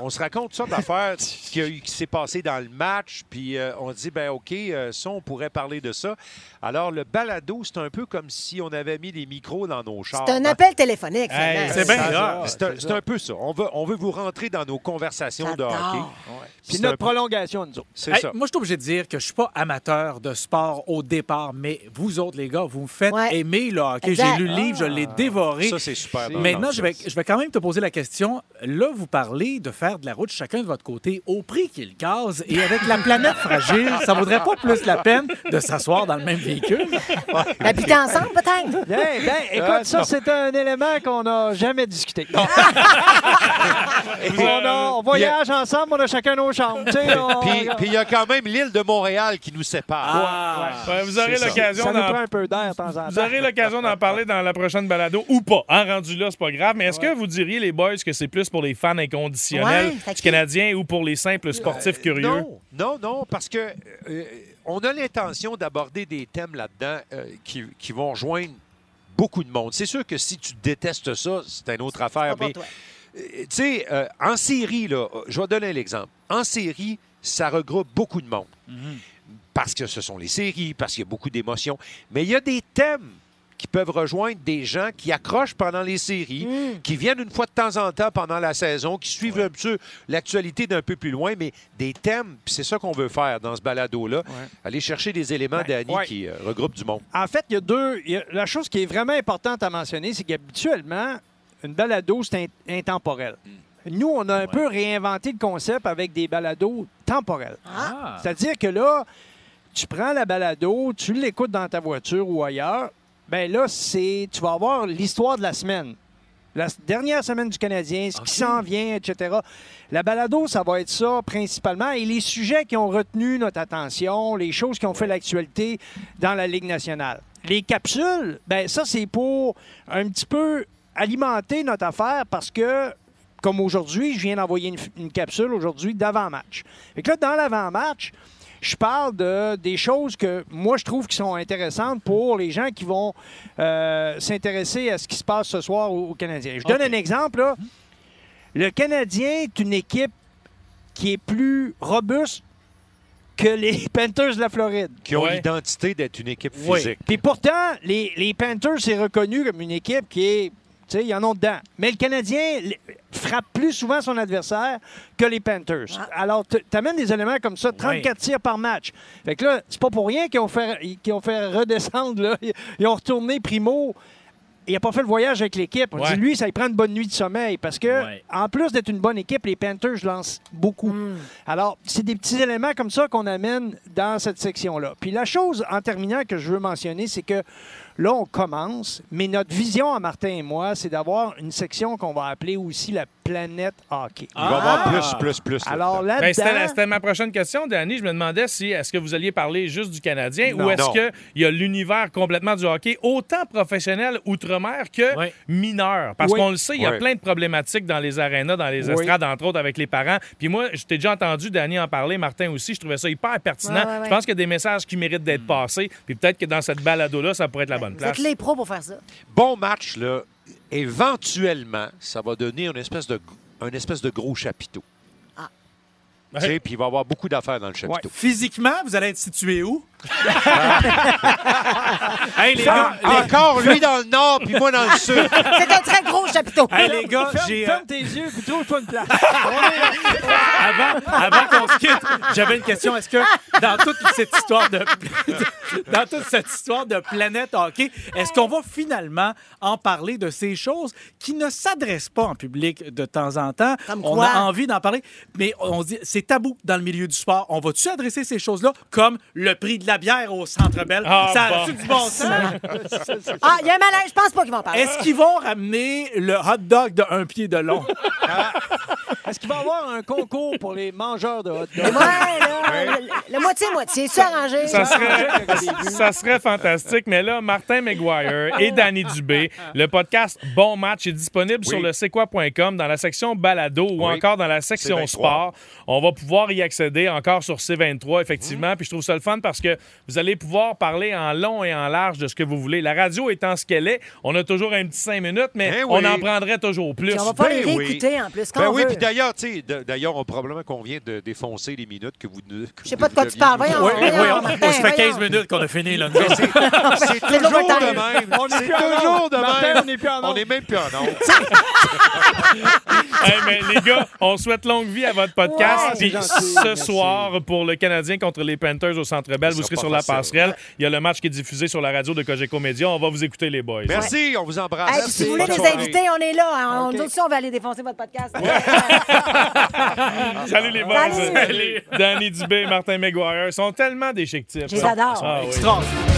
O: On se raconte ça d'affaires qui, a eu- qui s'est passé dans le match, puis euh, on dit, ben OK, euh, ça, on pourrait parler de ça. Alors, le balado, c'est un peu comme si on avait mis les micros dans nos chars.
C: C'est un
O: hein.
C: appel téléphonique,
O: Hey,
C: finalement.
O: ça,
Q: là.
O: C'est un,
Q: C'est
O: c'est
Q: ça.
O: un peu ça. On veut, on veut vous rentrer dans nos conversations de
Q: J'adore.
O: hockey.
Q: Ouais.
O: Puis
Q: C'est
O: c'est un
Q: notre
O: peu-
Q: prolongation, nous autres.
O: C'est
E: Hey,
O: ça.
E: Moi, je suis obligé de dire que je suis pas amateur de sport au départ, mais vous autres, les gars, vous me faites aimer le hockey.
Q: Exact.
E: J'ai lu le livre, je l'ai dévoré.
O: Ah. Ça, c'est super bon.
E: Maintenant,
O: Non,
E: je vais, je vais quand même te poser la question. Là, vous parlez de faire de la route chacun de votre côté au prix qu'il gaz et avec la planète fragile, ça vaudrait pas plus la peine de s'asseoir dans le même véhicule.
C: Habiter Ben, ensemble, peut-être?
Q: Bien, <laughs> bien, écoute, ça, c'est un élément qu'on n'a jamais discuté. <laughs> on, a- on voyage ensemble, on a chacun nos chambres. tu <laughs> sais, on-
O: Puis puis il y a quand même l'île de Montréal qui nous
E: Ah.
O: sépare.
B: Ouais. Ouais, Ben, vous aurez
O: Ah, C'est ça.
B: l'occasion
Q: ça nous
B: d'en-
Q: prend un peu d'air de temps en temps.
B: <laughs> Vous aurez l'occasion
O: <laughs>
B: d'en parler dans la prochaine balado ou pas. En rendu là, c'est pas grave. Mais est-ce que vous diriez, les boys, que c'est plus pour les fans inconditionnels
O: Ouais,
B: du
O: fait que- Euh,
B: Canadien ou pour les simples sportifs curieux?
O: Non, non, non, parce que euh, on a l'intention d'aborder des thèmes là-dedans euh, qui, qui vont rejoindre beaucoup de monde. C'est sûr que si tu détestes ça, c'est une autre affaire. Mais euh, tu sais, euh, en série, là, euh, je vais donner l'exemple. En série, ça regroupe beaucoup de monde parce que ce sont les séries, parce qu'il y a beaucoup d'émotions. Mais il y a des thèmes qui peuvent rejoindre des gens qui accrochent pendant les séries,
Q: Mm.
O: qui viennent une fois de temps en temps pendant la saison, qui suivent un peu l'actualité d'un peu plus loin, mais des thèmes, puis c'est ça qu'on veut faire dans ce balado-là, aller chercher des éléments, Danny,
Q: ouais.
O: qui euh, regroupent du monde.
Q: En fait, il y a deux. il y a- la chose qui est vraiment importante à mentionner, c'est qu'habituellement, une balado, c'est in- intemporel. Nous, on a un peu réinventé le concept avec des balados temporels.
H: Ah.
Q: C'est-à-dire que là, tu prends la balado, tu l'écoutes dans ta voiture ou ailleurs, ben là, c'est tu vas avoir l'histoire de la semaine. La s- dernière semaine du Canadien, ce qui s'en vient, etc. La balado, ça va être ça principalement. Et les sujets qui ont retenu notre attention, les choses qui ont fait l'actualité dans la Ligue nationale. Les capsules, ben ça, c'est pour un petit peu alimenter notre affaire parce que comme aujourd'hui, je viens d'envoyer une, f- une capsule aujourd'hui d'avant-match. Et que là, dans l'avant-match, je parle de, des choses que moi, je trouve qui sont intéressantes pour les gens qui vont euh, s'intéresser à ce qui se passe ce soir au, au Canadien. Je donne un exemple. là. Le Canadien est une équipe qui est plus robuste que les <laughs> Panthers de la Floride.
O: Qui ont l'identité d'être une équipe
Q: Oui.
O: physique.
Q: Puis pourtant, les, les Panthers, c'est reconnu comme une équipe qui est. Tu sais, ils en ont dedans. Mais le Canadien l- frappe plus souvent son adversaire que les Panthers. Alors, tu amènes des éléments comme ça, 34 tirs par match. Fait que là, c'est pas pour rien qu'ils ont fait, qu'ils ont fait redescendre, là. Ils ont retourné Primo. Il n'a pas fait le voyage avec l'équipe. On
E: Ouais.
Q: dit, lui, ça lui prend une bonne nuit de sommeil parce que, en plus d'être une bonne équipe, les Panthers lancent beaucoup.
E: Mm.
Q: Alors, c'est des petits éléments comme ça qu'on amène dans cette section-là. Puis la chose, en terminant, que je veux mentionner, c'est que Là, on commence, mais notre vision à Martin et moi, c'est d'avoir une section qu'on va appeler aussi la planète hockey. Ah!
O: Il va y
F: Ah.
O: avoir plus, plus, plus.
Q: Alors là,
B: Ben, c'était, la- c'était ma prochaine question, Danny. Je me demandais si est-ce que vous alliez parler juste du Canadien
O: Non.
B: ou est-ce
O: Non.
B: qu'il y a l'univers complètement du hockey, autant professionnel outre-mer que mineur. Parce
O: Oui.
B: qu'on le sait, il y a
O: Oui.
B: plein de problématiques dans les arénas, dans les
O: Oui.
B: estrades, entre autres avec les parents. Puis moi, je t'ai déjà entendu Danny en parler, Martin aussi. Je trouvais ça hyper pertinent.
C: Ouais, Mm. ouais, ouais.
B: Je pense qu'il y a des messages qui méritent d'être passés. Puis peut-être que dans cette balado-là, ça pourrait être la bonne
C: Vous êtes
B: place.
C: les pros pour faire ça.
O: Bon match, là. Éventuellement, ça va donner une espèce de, un espèce de gros chapiteau.
C: Ah.
O: Tu sais, Puis il va y avoir beaucoup d'affaires dans le
E: Ouais.
O: chapiteau.
E: Physiquement, vous allez être situé où? Hey, les
O: Ah,
E: gars, les-
O: Encore lui dans le nord, puis moi dans le sud.
C: C'est un très gros chapiteau.
E: Hey, les gars, j'ai. euh,
Q: tes yeux, puis trouve-toi une place. <laughs>
E: avant, avant qu'on se quitte, j'avais une question. Est-ce que dans toute cette histoire de <laughs> dans toute cette histoire de planète hockey, est-ce qu'on va finalement en parler de ces choses qui ne s'adressent pas en public de temps en temps On
C: quoi?
E: a envie d'en parler, mais on se dit c'est tabou dans le milieu du sport. On va-tu adresser ces choses-là comme le prix de la bière au Centre Bell
B: Ah,
E: Ça
B: bon.
E: a-tu du bon sens
C: Ah, il y a un malaise. Je pense pas qu'ils vont en parler.
E: Est-ce qu'ils vont ramener le hot dog de un pied de long
Q: Est-ce qu'il va y avoir un concours pour les mangeurs de hot dogs?
C: Ouais, là, le- le moitié-moitié, c'est arrangé.
B: Ça
C: <laughs>
B: serait, ça serait fantastique. Mais là, Martin McGuire et Danny Dubé, le podcast Bon Match est disponible sur le c'est quoi.com dans la section balado ou
O: Oui.
B: encore dans la section
O: C23.
B: sport. On va pouvoir y accéder encore sur C23,
O: Mhm.
B: effectivement. Puis je trouve ça le fun parce que vous allez pouvoir parler en long et en large de ce que vous voulez. La radio étant ce qu'elle est, on a toujours un petit cinq minutes, mais
O: Eh oui.
B: on en prendrait toujours plus.
C: Puis on va pas
O: Ben
C: les
O: oui.
C: réécouter en plus. Quand
O: Ben
C: on
O: oui,
C: veut.
O: puis d'ailleurs, tu sais, d- d'ailleurs, on probablement qu'on vient de défoncer les minutes que vous. Je
C: Je sais pas de quoi tu parles. Voyons,
E: Oui, oui,
C: voyons,
E: on,
C: Martin,
E: on se fait 15
C: voyons.
E: minutes qu'on a fini, là.
O: C'est
C: C'est
O: toujours
C: drôle,
O: de
C: t'as-
O: même.
Q: On est
O: C'est
Q: plus en onde.
O: toujours de
Q: Martin,
O: même.
Q: on est plus en
O: On
Q: onde.
O: est même plus en
C: <laughs>
O: onde.
B: Hey, Eh, mais les gars, on souhaite longue vie à votre
Q: Ouais,
B: podcast.
Q: c'est
B: Puis
Q: gentil,
B: ce
Q: merci.
B: soir, pour le Canadien contre les Panthers au Centre Bell,
O: Ça
B: vous
O: sera
B: serez
O: pas
B: sur la
O: facile.
B: passerelle. Il y a le match qui est diffusé sur la radio de Cogeco Média. On va vous écouter, les boys.
O: Merci, on vous embrasse.
C: Hey, puis si vous voulez
O: Bonne
C: les
O: soirée.
C: invités, on est là. hein. On
Q: Ok.
C: nous aussi, on va aller défoncer votre podcast.
B: Salut, les boys.
C: Salut.
B: Danny Dubé et Martin McGuire sont tellement déchectifs.
C: Je les adore.
B: Ah oui.
E: Extraordinaire.